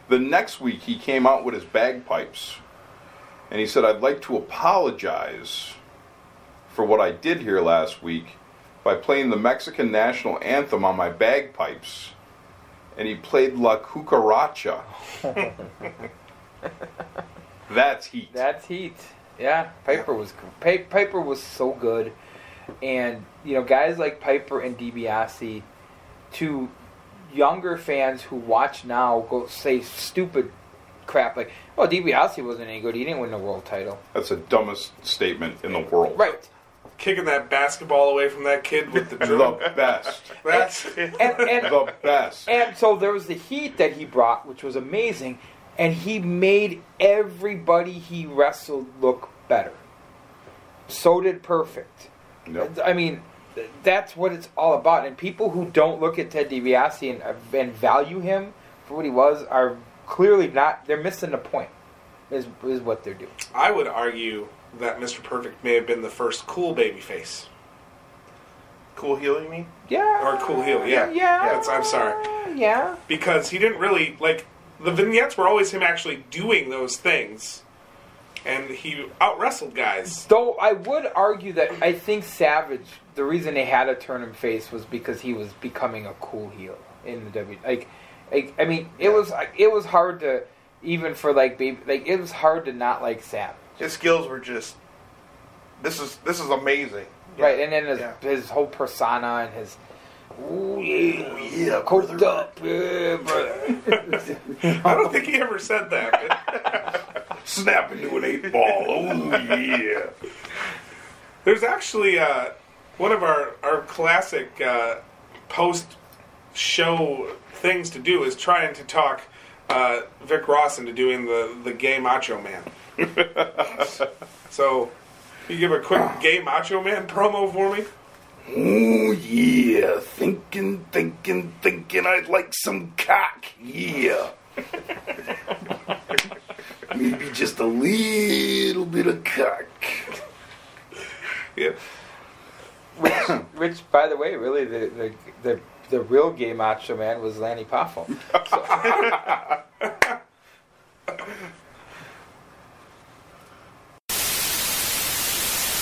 Speaker 7: The next week, he came out with his bagpipes and he said, I'd like to apologize for what I did here last week by playing the Mexican national anthem on my bagpipes. And he played La Cucaracha. That's heat.
Speaker 4: That's heat. Yeah, Piper was Pi- Piper was so good, and you know guys like Piper and DiBiase, to younger fans who watch now, go say stupid crap like, "Well, DiBiase wasn't any good. He didn't win the world title."
Speaker 7: That's the dumbest statement in the world.
Speaker 4: Right.
Speaker 6: Kicking that basketball away from that kid with the drill.
Speaker 7: The best.
Speaker 6: That's
Speaker 4: And and
Speaker 7: The best.
Speaker 4: And so there was the heat that he brought, which was amazing, and he made everybody he wrestled look better. So did Perfect.
Speaker 7: Yep.
Speaker 4: I mean, th- that's what it's all about. And people who don't look at Ted DiBiase and, and value him for what he was are clearly not. They're missing the point. Is is what they're doing.
Speaker 6: I would argue that Mr. Perfect may have been the first cool baby face.
Speaker 8: Cool heel, you mean?
Speaker 4: Yeah.
Speaker 6: Or cool heel, yeah.
Speaker 8: Yeah,
Speaker 4: yeah.
Speaker 6: That's, I'm sorry.
Speaker 4: Yeah.
Speaker 6: Because he didn't really, like, the vignettes were always him actually doing those things. And he out wrestled guys.
Speaker 4: Though I would argue that I think Savage, the reason they had to turn him face was because he was becoming a cool heel in the W. Like, like I mean, it was it was hard to even for like baby, like it was hard to not like Savage,
Speaker 8: His skills were just, this is, this is amazing.
Speaker 4: right? And then his,
Speaker 8: Yeah.
Speaker 4: his whole persona and his. Ooh yeah, yeah, coked up, yeah, brother.
Speaker 6: I don't think he ever said that.
Speaker 7: Snap into an eight ball. Oh, yeah.
Speaker 6: There's actually uh, one of our, our classic uh, post show things to do is trying to talk uh, Vic Ross into doing the, the gay macho man. so, you give a quick gay macho man promo for me?
Speaker 7: Oh yeah, thinking, thinking, thinking. I'd like some cock. Yeah. Maybe just a little bit of cock.
Speaker 6: Yeah.
Speaker 4: Which, by the way, really the the the, the real gay macho man was Lanny Poffo.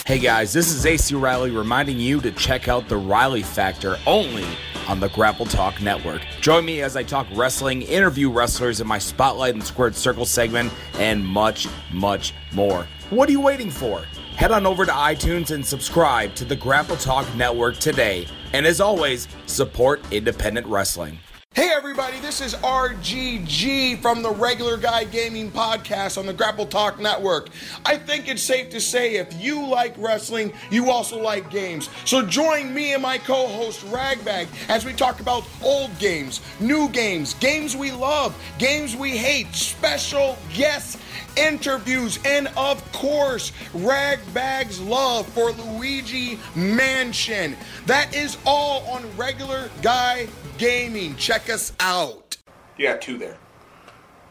Speaker 12: Hey guys, this is AC Riley reminding you to check out the Riley Factor only on the Grapple Talk Network. Join me as I talk wrestling, interview wrestlers in my Spotlight and Squared Circle segment, and much, much more. What are you waiting for? Head on over to iTunes and subscribe to the Grapple Talk Network today. And as always, support independent wrestling.
Speaker 13: Hey everybody, this is RGG from the Regular Guy Gaming Podcast on the Grapple Talk Network. I think it's safe to say if you like wrestling, you also like games. So join me and my co host Ragbag as we talk about old games, new games, games we love, games we hate, special guests, interviews, and of course, Ragbag's love for Luigi Mansion. That is all on Regular Guy Gaming. Check us out.
Speaker 6: You got two there.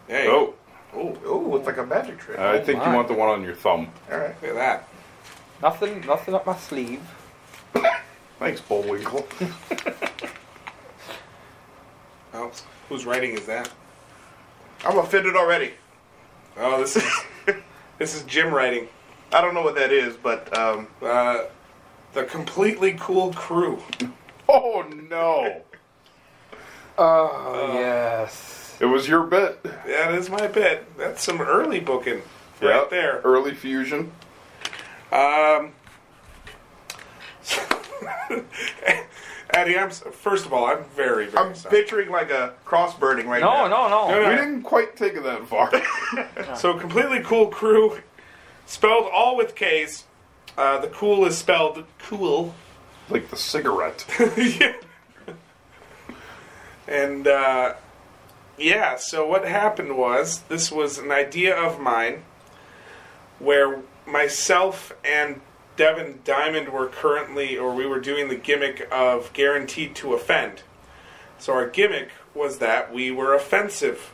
Speaker 6: Hey.
Speaker 7: Oh.
Speaker 6: Oh,
Speaker 8: oh, it's like a magic trick.
Speaker 7: I think you want the one on your thumb.
Speaker 6: Uh,
Speaker 8: All right,
Speaker 4: look at that. Nothing, nothing up my sleeve.
Speaker 7: Thanks, Bullwinkle.
Speaker 6: Oh, whose writing is that?
Speaker 8: I'm offended already.
Speaker 6: Oh, this is this is Jim writing.
Speaker 8: I don't know what that is, but um,
Speaker 6: uh, the completely cool crew.
Speaker 7: Oh no!
Speaker 4: Oh yes.
Speaker 7: It was your bit.
Speaker 6: Yeah, that is my bit. That's some early booking
Speaker 7: Yeah.
Speaker 6: right there.
Speaker 7: Early fusion.
Speaker 6: Um, Eddie, I'm s- first of all, I'm very, very.
Speaker 8: I'm picturing like a cross burning right
Speaker 6: No,
Speaker 8: now.
Speaker 6: no, no. No, no.
Speaker 7: We didn't quite take it that far.
Speaker 6: so completely cool crew, spelled all with K's. Uh, the cool is spelled cool,
Speaker 7: like the cigarette.
Speaker 6: yeah. And uh, yeah, so what happened was this was an idea of mine, where myself and Devin Diamond were currently, or we were doing the gimmick of guaranteed to offend. So our gimmick was that we were offensive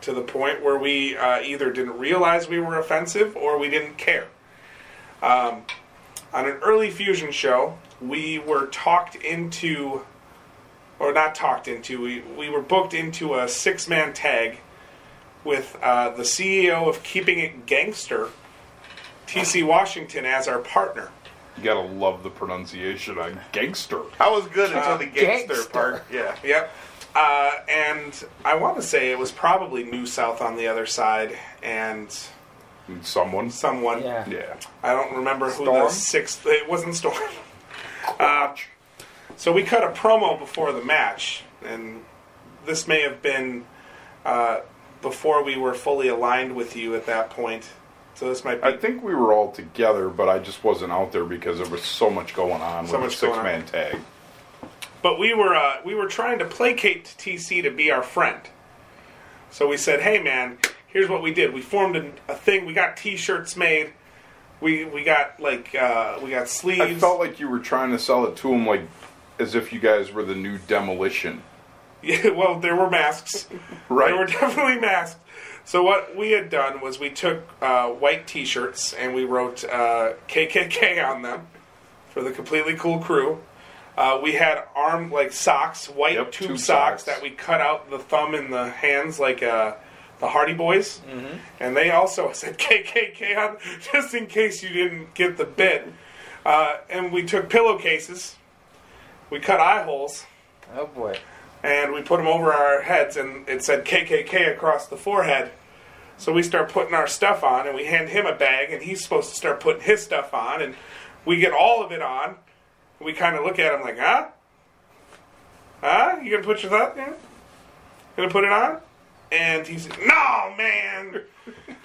Speaker 6: to the point where we uh, either didn't realize we were offensive or we didn't care. Um, on an early fusion show, we were talked into, or not talked into, we, we were booked into a six man tag with uh, the CEO of Keeping It Gangster, TC Washington, as our partner.
Speaker 7: You gotta love the pronunciation on gangster.
Speaker 8: I was good until
Speaker 6: Uh,
Speaker 8: the gangster, part. Yeah.
Speaker 6: Yep. Uh, and I want to say it was probably New South on the other side, and
Speaker 7: someone,
Speaker 6: someone. Yeah.
Speaker 7: Yeah.
Speaker 6: I don't remember who the
Speaker 7: Storm?
Speaker 6: sixth. It wasn't Storm. Uh, so we cut a promo before the match, and this may have been uh, before we were fully aligned with you at that point. So this might be
Speaker 7: I think we were all together, but I just wasn't out there because there was so much going on
Speaker 6: So
Speaker 7: with
Speaker 6: much
Speaker 7: the six
Speaker 6: going on.
Speaker 7: man tag.
Speaker 6: But we were uh, we were trying to placate TC to be our friend. So we said, "Hey, man, here's what we did. We formed a, a thing. We got T-shirts made. We we got like uh, we got sleeves.
Speaker 7: I felt like you were trying to sell it to him like as if you guys were the new demolition.
Speaker 6: Yeah, well, there were masks.
Speaker 7: Right.
Speaker 6: There were definitely masks. So what we had done was we took uh, white T-shirts and we wrote uh, KKK on them for the completely cool crew. Uh, we had arm like socks, white tube,
Speaker 7: tube
Speaker 6: socks,
Speaker 7: socks.
Speaker 6: that we cut out the thumb and the hands like uh, the Hardy Boys,
Speaker 7: Mm-hmm.
Speaker 6: and they also said KKK on just in case you didn't get the bit. Uh, and we took pillowcases, we cut eye holes
Speaker 4: Oh boy.
Speaker 6: and we put them over our heads, and it said KKK across the forehead. So we start putting our stuff on, and we hand him a bag, and he's supposed to start putting his stuff on, and we get all of it on. We kind of look at him like, huh? Huh? You gonna put your thought in? Gonna put it on? And he's, no, man!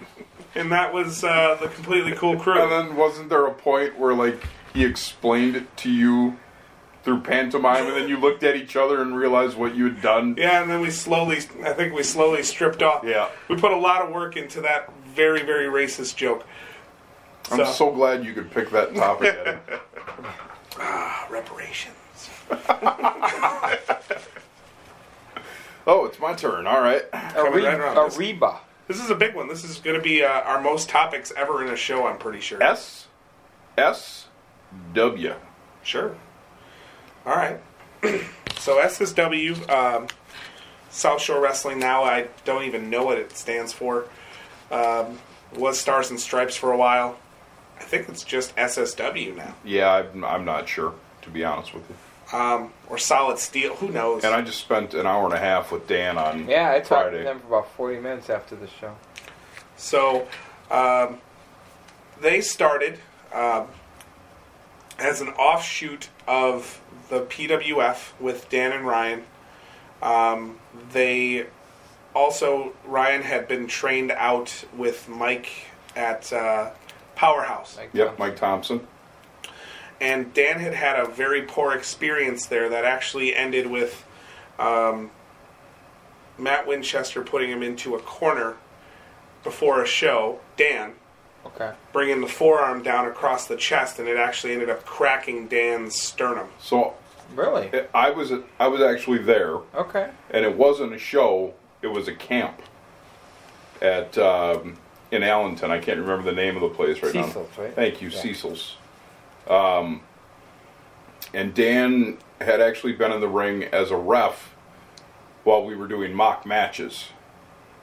Speaker 6: and that was uh, the completely cool crew.
Speaker 7: And then wasn't there a point where like he explained it to you through pantomime, and then you looked at each other and realized what you had done?
Speaker 6: Yeah, and then we slowly, I think we slowly stripped off.
Speaker 7: Yeah.
Speaker 6: We put a lot of work into that very, very racist joke.
Speaker 7: I'm so, glad you could pick that topic. Adam.
Speaker 6: ah, reparations.
Speaker 7: oh, it's my turn. All right.
Speaker 6: Coming right around. This-
Speaker 4: Reba.
Speaker 6: This is a big one. This is going to be uh, our most topics ever in a show, I'm pretty sure.
Speaker 7: S S W.
Speaker 6: Sure. All right. so SSW, um, South Shore Wrestling. Now I don't even know what it stands for. Um, was Stars and Stripes for a while. I think it's just SSW now,
Speaker 7: Yeah, I'm, I'm not sure, to be honest with you.
Speaker 6: um, or Solid Steel. Who knows?
Speaker 7: And I just spent an hour and a half with Dan on
Speaker 4: Yeah, I talked
Speaker 7: Friday.
Speaker 4: to them for about 40 minutes after the show.
Speaker 6: So um, they started um, as an offshoot of the PWF with Dan and Ryan. Um, they also, Ryan had been trained out with Mike at uh, Powerhouse.
Speaker 7: Yep, Mike Thompson.
Speaker 6: And Dan had had a very poor experience there that actually ended with um, Matt Winchester putting him into a corner before a show. Dan
Speaker 4: Okay.
Speaker 6: bringing the forearm down across the chest, and it actually ended up cracking Dan's sternum.
Speaker 7: So
Speaker 4: really,
Speaker 7: I was I was actually there,
Speaker 4: Okay.
Speaker 7: and it wasn't a show; it was a camp at um, in Allenton. I can't remember the name of the place right
Speaker 4: Cecil's,
Speaker 7: now.
Speaker 4: right?
Speaker 7: Thank you,
Speaker 4: Yeah.
Speaker 7: Cecil's. Um, and Dan had actually been in the ring as a ref while we were doing mock matches,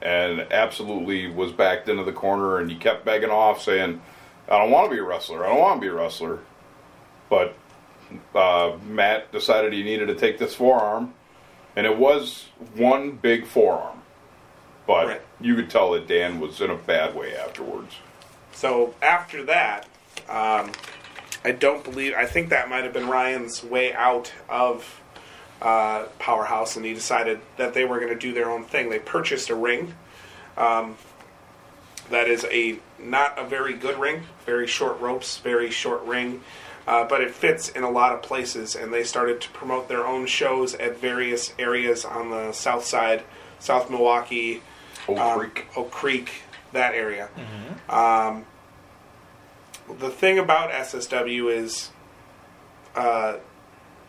Speaker 7: and absolutely was backed into the corner, and he kept begging off, saying, "I don't want to be a wrestler. I don't want to be a wrestler." But uh, Matt decided he needed to take this forearm, and it was one big forearm. But you could tell that Dan was in a bad way afterwards.
Speaker 6: So after that, um, I don't believe. I think that might have been Ryan's way out of uh, Powerhouse, and he decided that they were going to do their own thing. They purchased a ring. Um, that is a not a very good ring. Very short ropes, very short ring, uh, but it fits in a lot of places. And they started to promote their own shows at various areas on the South Side, South Milwaukee,
Speaker 7: Oak
Speaker 6: Creek, Um, Oak Creek, that area. Um, the thing about SSW is uh,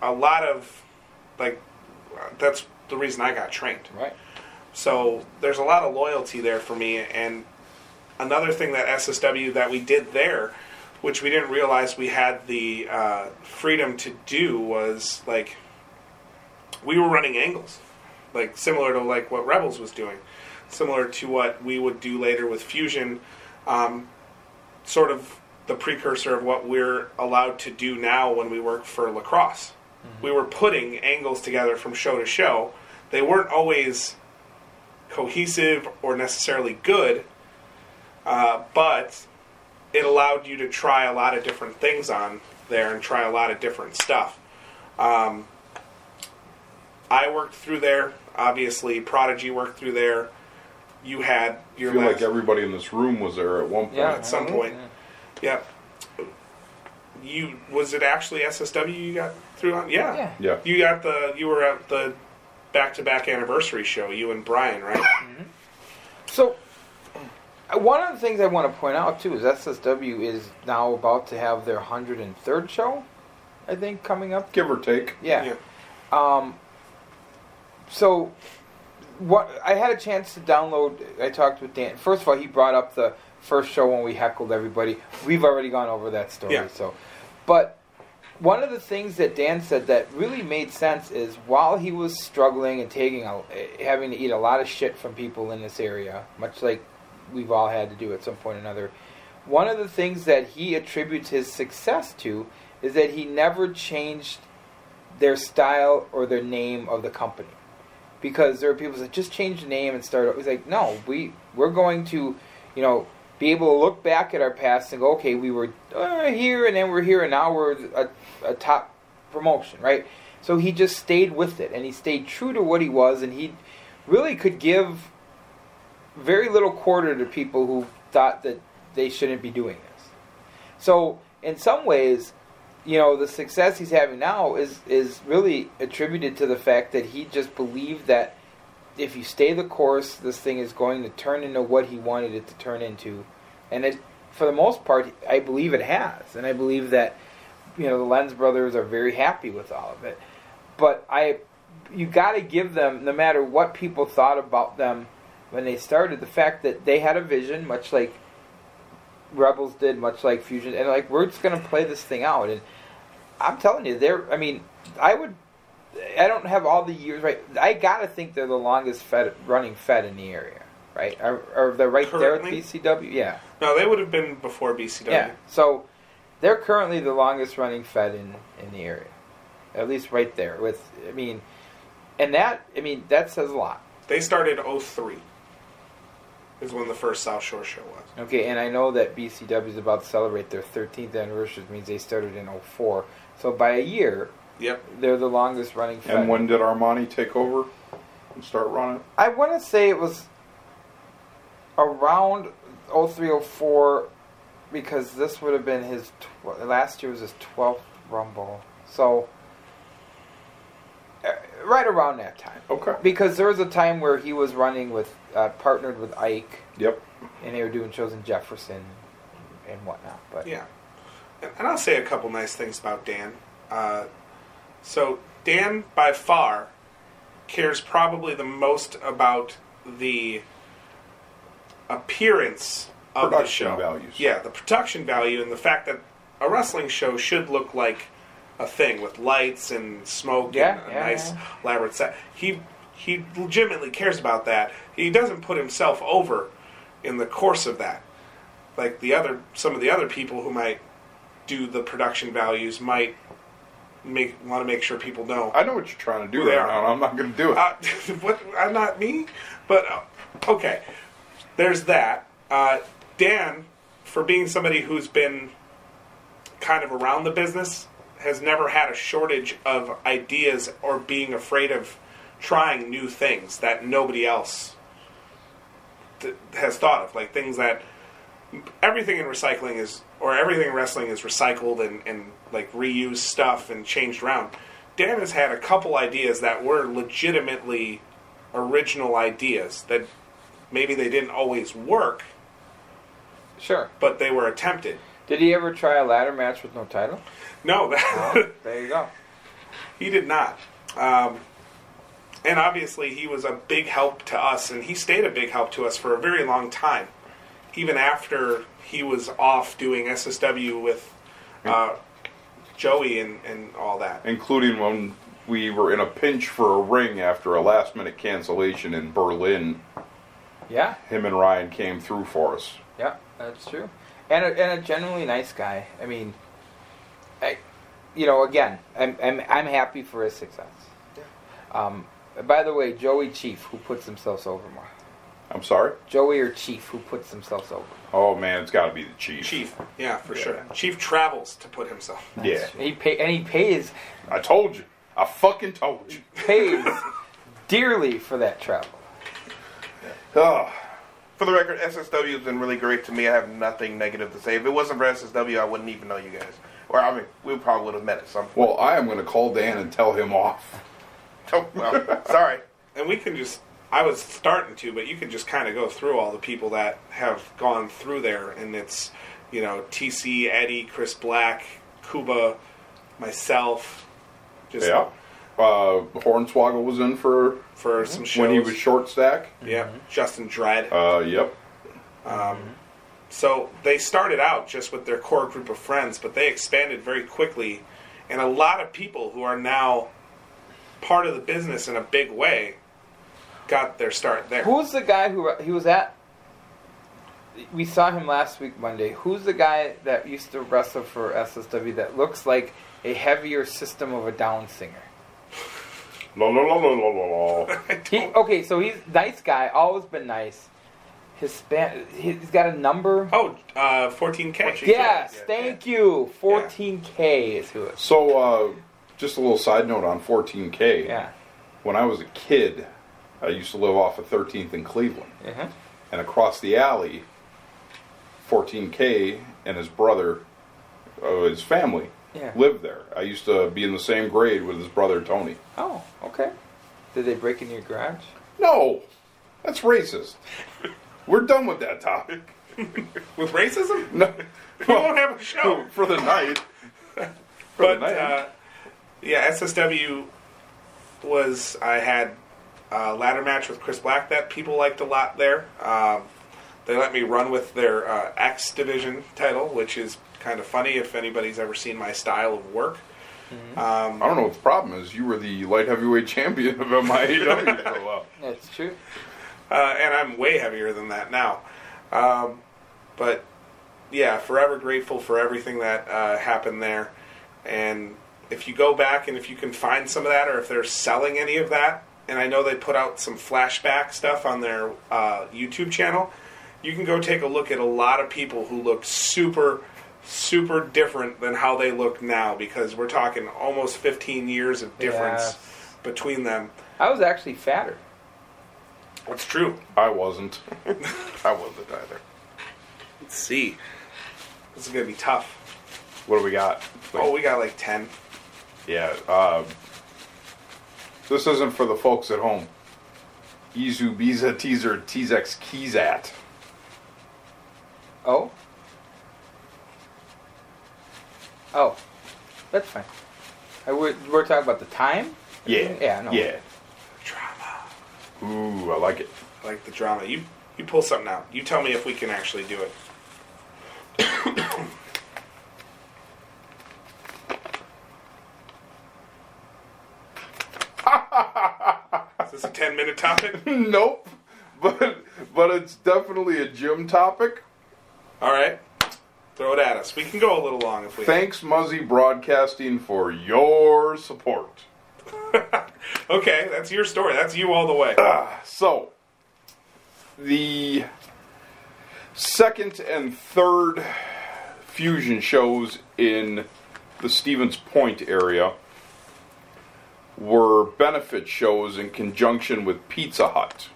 Speaker 6: a lot of like that's the reason I got trained.
Speaker 4: Right.
Speaker 6: So there's a lot of loyalty there for me. And another thing that SSW that we did there, which we didn't realize we had the uh, freedom to do, was like we were running angles, like similar to like what Rebels was doing, similar to what we would do later with Fusion, um, sort of the precursor of what we're allowed to do now when we work for lacrosse. We were putting angles together from show to show. They weren't always cohesive or necessarily good, uh, but it allowed you to try a lot of different things on there and try a lot of different stuff. Um, I worked through there. Obviously, Prodigy worked through there. You had
Speaker 7: I
Speaker 6: your
Speaker 7: feel
Speaker 6: last,
Speaker 7: like everybody in this room was there at one point.
Speaker 6: yeah, at some point. Yep. You was it actually SSW you got through on? Yeah.
Speaker 7: Yeah. Yeah.
Speaker 6: You got the you were at the back to back anniversary show. You and Brian, right?
Speaker 4: So, uh, one of the things I want to point out too is SSW is now about to have their 103rd show, I think, coming up.
Speaker 7: Give or take.
Speaker 4: Yeah. Um, so, what I had a chance to download. I talked with Dan. First of all, he brought up the first show when we heckled everybody. We've already gone over that story.
Speaker 6: Yeah.
Speaker 4: So, but one of the things that Dan said that really made sense is while he was struggling and taking a, having to eat a lot of shit from people in this area, much like we've all had to do at some point or another, one of the things that he attributes his success to is that he never changed their style or their name of the company. Because there are people that say, just change the name and start. It's like, no, we we're going to, you know, be able to look back at our past and go, okay, we were uh, here and then we're here and now we're a, a top promotion, right? So he just stayed with it and he stayed true to what he was and he really could give very little quarter to people who thought that they shouldn't be doing this. So in some ways, you know, the success he's having now is is really attributed to the fact that he just believed that if you stay the course, this thing is going to turn into what he wanted it to turn into, and it for the most part, I believe it has, and I believe that you know the Lens brothers are very happy with all of it. But I, you got to give them, no matter what people thought about them when they started, the fact that they had a vision, much like Rebels did, much like Fusion, and like we're just gonna play this thing out. And I'm telling you, they're. I mean, I would. I don't have all the years right. I gotta think they're the longest fed, running Fed in the area. right? Are, are they right
Speaker 6: Currently?
Speaker 4: there at BCW? Yeah.
Speaker 6: No, they would have been before BCW.
Speaker 4: Yeah. So they're currently the longest running Fed in, in the area, at least right there. With I mean, and that I mean that says a lot.
Speaker 6: They started 03 is when the first South Shore show was.
Speaker 4: Okay, and I know that BCW is about to celebrate their 13th anniversary, which means they started in 04. So by a year,
Speaker 6: Yep.
Speaker 4: they're the longest running. Fed.
Speaker 7: And when did Armani take over and start running?
Speaker 4: I want to say it was around 0304 because this would have been his tw- last year was his 12th rumble. So uh, right around that time.
Speaker 7: Okay.
Speaker 4: Because there was a time where he was running with uh, partnered with Ike.
Speaker 7: Yep.
Speaker 4: And they were doing shows in Jefferson and whatnot. But
Speaker 6: Yeah. And, and I'll say a couple nice things about Dan. Uh, so, Dan, by far, cares probably the most about the appearance of the
Speaker 7: Production
Speaker 6: show.
Speaker 7: values.
Speaker 6: Yeah, the production value and the fact that a wrestling show should look like a thing with lights and smoke
Speaker 4: Yeah,
Speaker 6: and a
Speaker 4: yeah,
Speaker 6: nice
Speaker 4: yeah.
Speaker 6: elaborate set. He he legitimately cares about that. He doesn't put himself over in the course of that. Like the other some of the other people who might do the production values might make want to make sure people know.
Speaker 7: I know what you're trying to do
Speaker 6: Who they
Speaker 7: there,
Speaker 6: are.
Speaker 7: and I'm not going to do it.
Speaker 6: Uh, what? I'm not me, but uh, okay. There's that. Uh, Dan, for being somebody who's been kind of around the business, has never had a shortage of ideas or being afraid of trying new things that nobody else th- has thought of, like things that everything in recycling is, or everything in wrestling is recycled and, and like reused stuff and changed around. Dan has had a couple ideas that were legitimately original ideas that maybe they didn't always work,
Speaker 4: sure.
Speaker 6: but they were attempted.
Speaker 4: Did he ever try a ladder match with no title?
Speaker 6: No, that,
Speaker 4: there you go.
Speaker 6: He did not. Um, and obviously, he was a big help to us, and he stayed a big help to us for a very long time, even after he was off doing SSW with uh, Joey and, and all that.
Speaker 7: including when we were in a pinch for a ring after a last minute cancellation in Berlin.
Speaker 4: Yeah.
Speaker 7: Him and Ryan came through for us.
Speaker 4: Yeah, that's true. And a, and a genuinely nice guy. I mean, I, you know, again, I'm, I'm, I'm happy for his success. Um, by the way, Joey Chief, who puts themselves over more?
Speaker 7: I'm sorry?
Speaker 4: Joey or Chief, who puts themselves over?
Speaker 7: Oh man, it's got to be the chief.
Speaker 6: Chief, yeah, for sure. Chief travels to put himself.
Speaker 7: Yeah.
Speaker 4: He pay, and he pays.
Speaker 7: I told you. I fucking told you.
Speaker 4: Pays dearly for that travel.
Speaker 7: Oh.
Speaker 8: For the record, SSW has been really great to me. I have nothing negative to say. If it wasn't for SSW, I wouldn't even know you guys. Or I mean, we probably would have met at some point.
Speaker 7: Well, I am going to call Dan and tell him off.
Speaker 8: Oh, well, sorry.
Speaker 6: And we can just, I was starting to, but you can just kind of go through all the people that have gone through there. And it's, you know, TC, Eddie, Chris Black, Kuba, myself. Just,
Speaker 7: yeah. Uh, Hornswoggle was in for
Speaker 6: for
Speaker 4: Mm-hmm.
Speaker 6: some
Speaker 7: when he
Speaker 6: shows.
Speaker 7: was short stack.
Speaker 6: Yeah, Justin Dredd.
Speaker 7: Uh, yep.
Speaker 6: Um, so they started out just with their core group of friends, but they expanded very quickly, and a lot of people who are now part of the business in a big way got their start there.
Speaker 4: Who's the guy who he was at? We saw him last week Monday. Who's the guy that used to wrestle for SSW that looks like a heavier System of a Down singer?
Speaker 7: La la la la la la la.
Speaker 4: He, okay, so he's nice guy, always been nice. His span, he's got a number.
Speaker 6: Oh, uh, 14K.
Speaker 4: Yes, thank you. 14K is who it.
Speaker 7: So, uh, just a little side note on 14K.
Speaker 4: Yeah.
Speaker 7: When I was a kid, I used to live off of 13th in Cleveland.
Speaker 4: Uh-huh.
Speaker 7: And across the alley, 14K and his brother, uh, his family,
Speaker 4: Yeah.
Speaker 7: lived there. I used to be in the same grade with his brother Tony.
Speaker 4: Oh, okay. Did they break into your garage?
Speaker 7: No, that's racist. We're done with that topic.
Speaker 6: with racism?
Speaker 7: No.
Speaker 6: We won't have a show
Speaker 7: for the night.
Speaker 6: but
Speaker 7: the night.
Speaker 6: Uh, yeah, SSW was I had a ladder match with Chris Black that people liked a lot there. Um, they let me run with their uh, X division title, which is kind of funny if anybody's ever seen my style of work. Um,
Speaker 7: I don't know what the problem is. You were the light heavyweight champion of MIAW for a while.
Speaker 4: That's true.
Speaker 6: uh, and I'm way heavier than that now. Um, but yeah, forever grateful for everything that uh, happened there. And if you go back and if you can find some of that, or if they're selling any of that, and I know they put out some flashback stuff on their uh, YouTube channel, you can go take a look at a lot of people who look super, super different than how they look now because we're talking almost 15 years of difference
Speaker 4: Yes.
Speaker 6: between them.
Speaker 4: I was actually fatter.
Speaker 6: That's true.
Speaker 7: I wasn't.
Speaker 6: I wasn't either. Let's see. This is gonna be tough.
Speaker 7: What do we got?
Speaker 6: oh, we got like ten.
Speaker 7: Yeah. Uh, this isn't for the folks at home. Izu Biza teaser Tzex Kizat.
Speaker 4: Oh. Oh, that's fine. I would, we're talking about the time.
Speaker 7: Yeah.
Speaker 4: Yeah. No.
Speaker 7: Yeah. Drama. Ooh, I like it.
Speaker 6: I like the drama. You you pull something out. You tell me if we can actually do it. Is this a ten minute topic?
Speaker 7: nope. But but it's definitely a gym topic.
Speaker 6: All right. Throw it at us. We can go a little long if we.
Speaker 7: Thanks, Muzzy Broadcasting, for your support.
Speaker 6: Okay, that's your story. That's you all the way.
Speaker 7: so, the second and third fusion shows in the Stevens Point area were benefit shows in conjunction with Pizza Hut.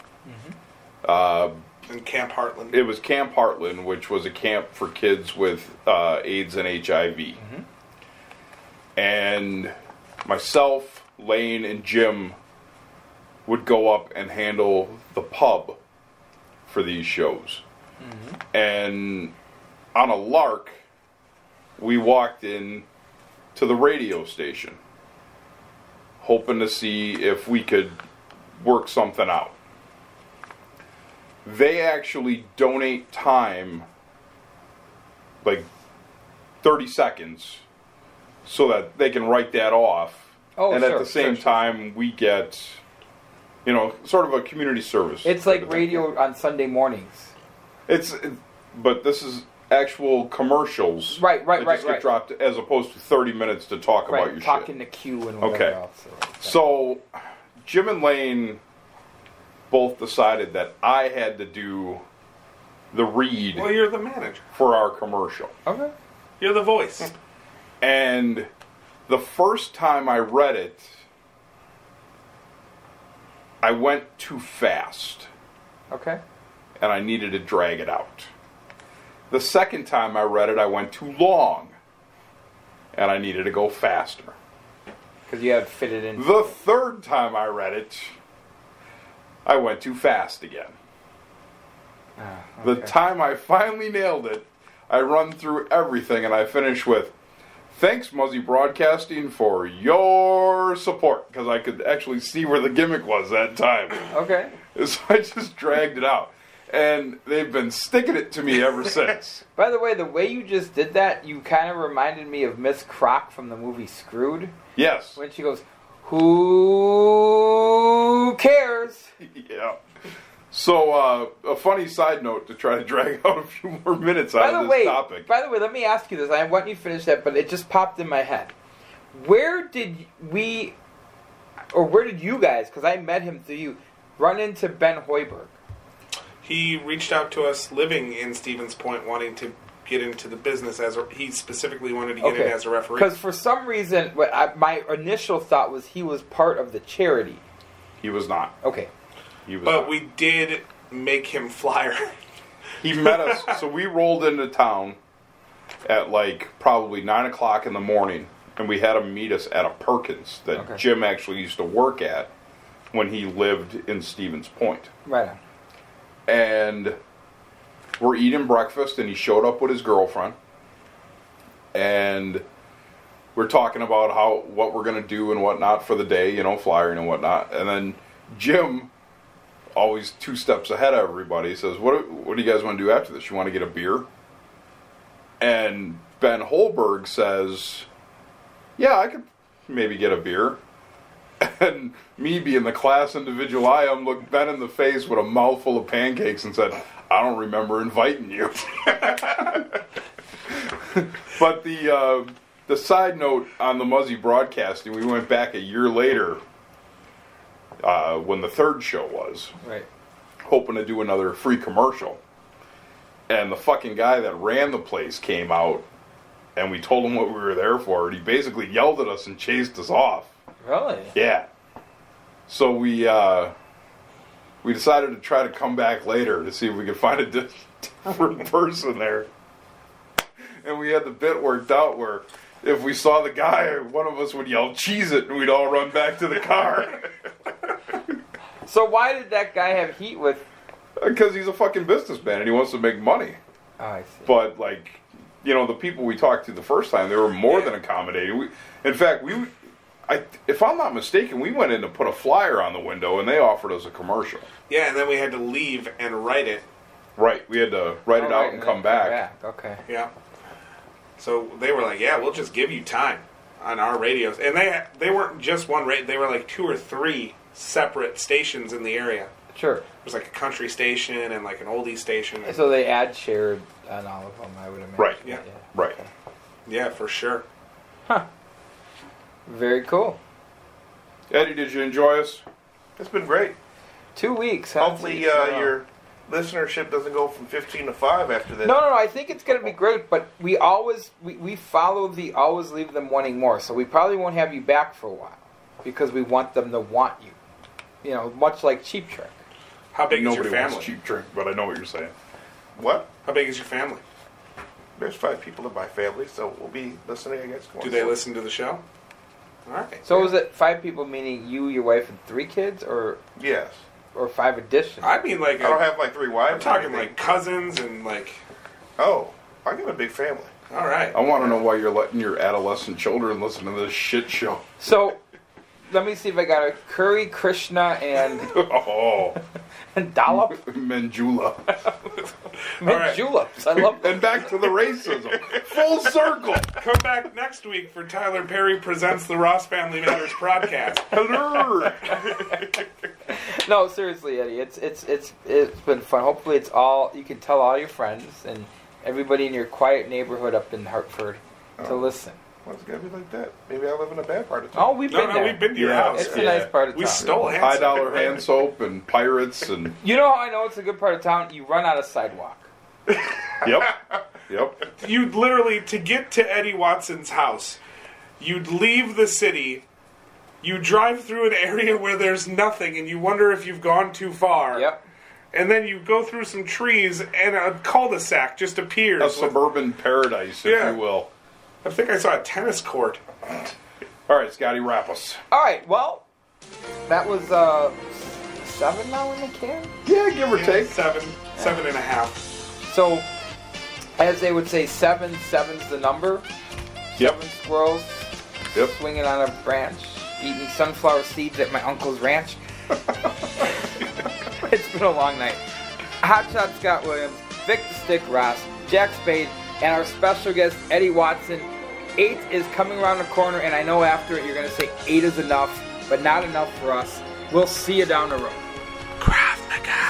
Speaker 7: Uh,
Speaker 6: In Camp Heartland.
Speaker 7: it was Camp Heartland, which was a camp for kids with uh, AIDS and HIV. And myself, Lane, and Jim would go up and handle the pub for these shows. And on a lark, we walked in to the radio station, hoping to see if we could work something out they actually donate time like 30 seconds so that they can write that off
Speaker 4: Oh,
Speaker 7: and at
Speaker 4: sure,
Speaker 7: the same time we get you know sort of a community service
Speaker 4: It's like radio on Sunday mornings.
Speaker 7: it's but this is actual commercials right
Speaker 4: right,
Speaker 7: that
Speaker 4: right,
Speaker 7: just get
Speaker 4: right.
Speaker 7: dropped as opposed to 30 minutes to talk about
Speaker 4: right.
Speaker 7: your shit
Speaker 4: Talking to Q and whatever
Speaker 7: Okay.
Speaker 4: else.
Speaker 7: So, Jim and Lane both decided that I had to do the read
Speaker 6: Well, you're the manager.
Speaker 7: for our commercial.
Speaker 4: Okay.
Speaker 6: You're the voice.
Speaker 7: And the first time I read it, I went too fast
Speaker 4: Okay.
Speaker 7: and I needed to drag it out. The second time I read it, I went too long and I needed to go faster.
Speaker 4: Because you had to fit it in.
Speaker 7: The third time I read it, I went too fast again.
Speaker 4: Ah,
Speaker 7: The time I finally nailed it, I run through everything and I finish with thanks Muzzy Broadcasting for your support because I could actually see where the gimmick was that time.
Speaker 4: Okay.
Speaker 7: So I just dragged it out. And they've been sticking it to me ever since.
Speaker 4: By the way, the way you just did that, you kind of reminded me of Miss Croc from the movie Screwed.
Speaker 7: Yes.
Speaker 4: When she goes, Who cares?
Speaker 7: yeah. So uh, a funny side note to try to drag out a few more minutes out
Speaker 4: By
Speaker 7: of
Speaker 4: the
Speaker 7: this
Speaker 4: way,
Speaker 7: topic.
Speaker 4: by the way, let me ask you this. I want you to finish that, but it just popped in my head. Where did we, or where did you guys? Because I met him through you. Run into Ben Hoiberg.
Speaker 6: He reached out to us living in Stevens Point, wanting to get into the business as a, he specifically wanted to get in as a referee.
Speaker 4: Because for some reason, what I, my initial thought was he was part of the charity.
Speaker 7: He was not.
Speaker 4: Okay.
Speaker 7: He was
Speaker 6: But we did make him flyer.
Speaker 7: he met us. So we rolled into town at like probably nine o'clock in the morning, and we had him meet us at a Perkins that
Speaker 4: Okay.
Speaker 7: Jim actually used to work at when he lived in Stevens Point.
Speaker 4: Right on.
Speaker 7: And we're eating breakfast, and he showed up with his girlfriend, and we're talking about how what we're gonna do and whatnot for the day, you know, flyering and whatnot, and then Jim always two steps ahead of everybody. Says, "What what do you guys want to do after this? You want to get a beer?" And Ben Holberg says, "Yeah, I could maybe get a beer." And me being the class individual I am, looked Ben in the face with a mouthful of pancakes and said, I don't remember inviting you. but the uh, the side note on the Muzzy broadcasting, we went back a year later uh, when the third show was,
Speaker 4: Right.
Speaker 7: hoping to do another free commercial. And the fucking guy that ran the place came out, and we told him what we were there for, and he basically yelled at us and chased us off.
Speaker 4: Really?
Speaker 7: Yeah. So we uh, we decided to try to come back later to see if we could find a di- different person there. And we had the bit worked out where if we saw the guy, one of us would yell "Cheese it!" and we'd all run back to the car.
Speaker 4: so why did that guy have heat with?
Speaker 7: Because he's a fucking businessman and he wants to make money.
Speaker 4: Oh, I see.
Speaker 7: But like, you know, the people we talked to the first time, they were more than accommodating. We, in fact, we, I, if I'm not mistaken, we went in to put a flyer on the window, and they offered us a commercial.
Speaker 6: Yeah, and then we had to leave and write it.
Speaker 7: Right, we had to write it
Speaker 6: Oh, right,
Speaker 7: out
Speaker 6: and
Speaker 7: and
Speaker 6: then
Speaker 7: come back.
Speaker 4: Okay.
Speaker 6: Yeah. So they were like, "Yeah, we'll just give you time on our radios," and they they weren't just one radio; they were like two or three separate stations in the area.
Speaker 4: Sure.
Speaker 6: It was like a country station and like an oldie station.
Speaker 4: So they ad shared on all of them, I would imagine.
Speaker 6: Right. Yeah.
Speaker 7: Right.
Speaker 6: Yeah, for sure.
Speaker 4: Very cool.
Speaker 7: Eddie, did you enjoy us?
Speaker 8: It's been great.
Speaker 4: Two weeks. huh?
Speaker 8: Hopefully,
Speaker 4: Two weeks in
Speaker 8: uh,
Speaker 4: a row.
Speaker 8: your listenership doesn't go from 15 to 5 after
Speaker 4: No,
Speaker 8: this.
Speaker 4: no, no. I think it's going to be great, but we always we, we follow the always leave them wanting more. So we probably won't have you back for a while because we want them to want you. You know, much like Cheap Trick.
Speaker 6: How big
Speaker 7: Nobody
Speaker 6: is your family?
Speaker 7: wants cheap drink, but I know what you're saying.
Speaker 8: What?
Speaker 6: How big is your family?
Speaker 8: There's five people in my family, so we'll be listening, I guess. going
Speaker 6: Do they
Speaker 8: forward.
Speaker 6: listen to the show? All right.
Speaker 4: So is it five people meaning you, your wife, and three kids, or
Speaker 8: yes,
Speaker 4: or five additional?
Speaker 6: I mean, like
Speaker 8: I don't have like three wives.
Speaker 6: I'm talking like cousins and like.
Speaker 8: Oh, I got a big family.
Speaker 6: All right.
Speaker 7: I want to know why you're letting your adolescent children listen to this shit show.
Speaker 4: So let me see if I got a Curry, Krishna, and
Speaker 7: oh,
Speaker 4: and Dollop
Speaker 7: Manjula.
Speaker 4: mint juleps. I love
Speaker 7: And back to the racism. Full circle.
Speaker 6: Come back next week for Tyler Perry presents the Ross Family Matters podcast.
Speaker 7: Hello.
Speaker 4: no, seriously, Eddie. It's it's it's it's been fun. Hopefully, it's all you can tell all your friends and everybody in your quiet neighborhood up in Hartford to
Speaker 8: Oh.
Speaker 4: listen.
Speaker 8: Well, it's gonna be like that. Maybe I live in a bad part of town.
Speaker 4: Oh, we've
Speaker 8: No,
Speaker 4: been
Speaker 8: no,
Speaker 4: there.
Speaker 8: we've been to your house.
Speaker 4: It's a
Speaker 8: Yeah.
Speaker 4: nice part of town.
Speaker 8: We stole hand
Speaker 7: high
Speaker 8: soap.
Speaker 7: dollar hand soap and pirates and
Speaker 4: You know how I know it's a good part of town? You run out of sidewalk.
Speaker 7: yep, yep.
Speaker 6: You'd literally to get to Eddie Watson's house, you'd leave the city, you drive through an area where there's nothing, and you wonder if you've gone too far. Yep. And then you go through some trees, and a cul-de-sac just appears.
Speaker 7: a
Speaker 6: with-
Speaker 7: suburban paradise, if
Speaker 6: Yeah.
Speaker 7: you will.
Speaker 6: I think I saw a tennis court.
Speaker 7: All right, Scotty, wrap us.
Speaker 4: All right. Well, that was uh, seven now in the can.
Speaker 7: Yeah, give or
Speaker 6: take seven, seven and a half.
Speaker 4: So, as they would say, seven seven's the number.
Speaker 7: Yep.
Speaker 4: Seven squirrels
Speaker 7: yep.
Speaker 4: swinging on a branch, eating sunflower seeds at my uncle's ranch. it's been a long night. Hotshot Scott Williams, Vic the Stick Ross, Jack Spade, and our special guest Eddie Watson. Eight is coming around the corner, and I know after it you're going to say eight is enough, but not enough for us. We'll see you down the road.
Speaker 6: Krav Maga.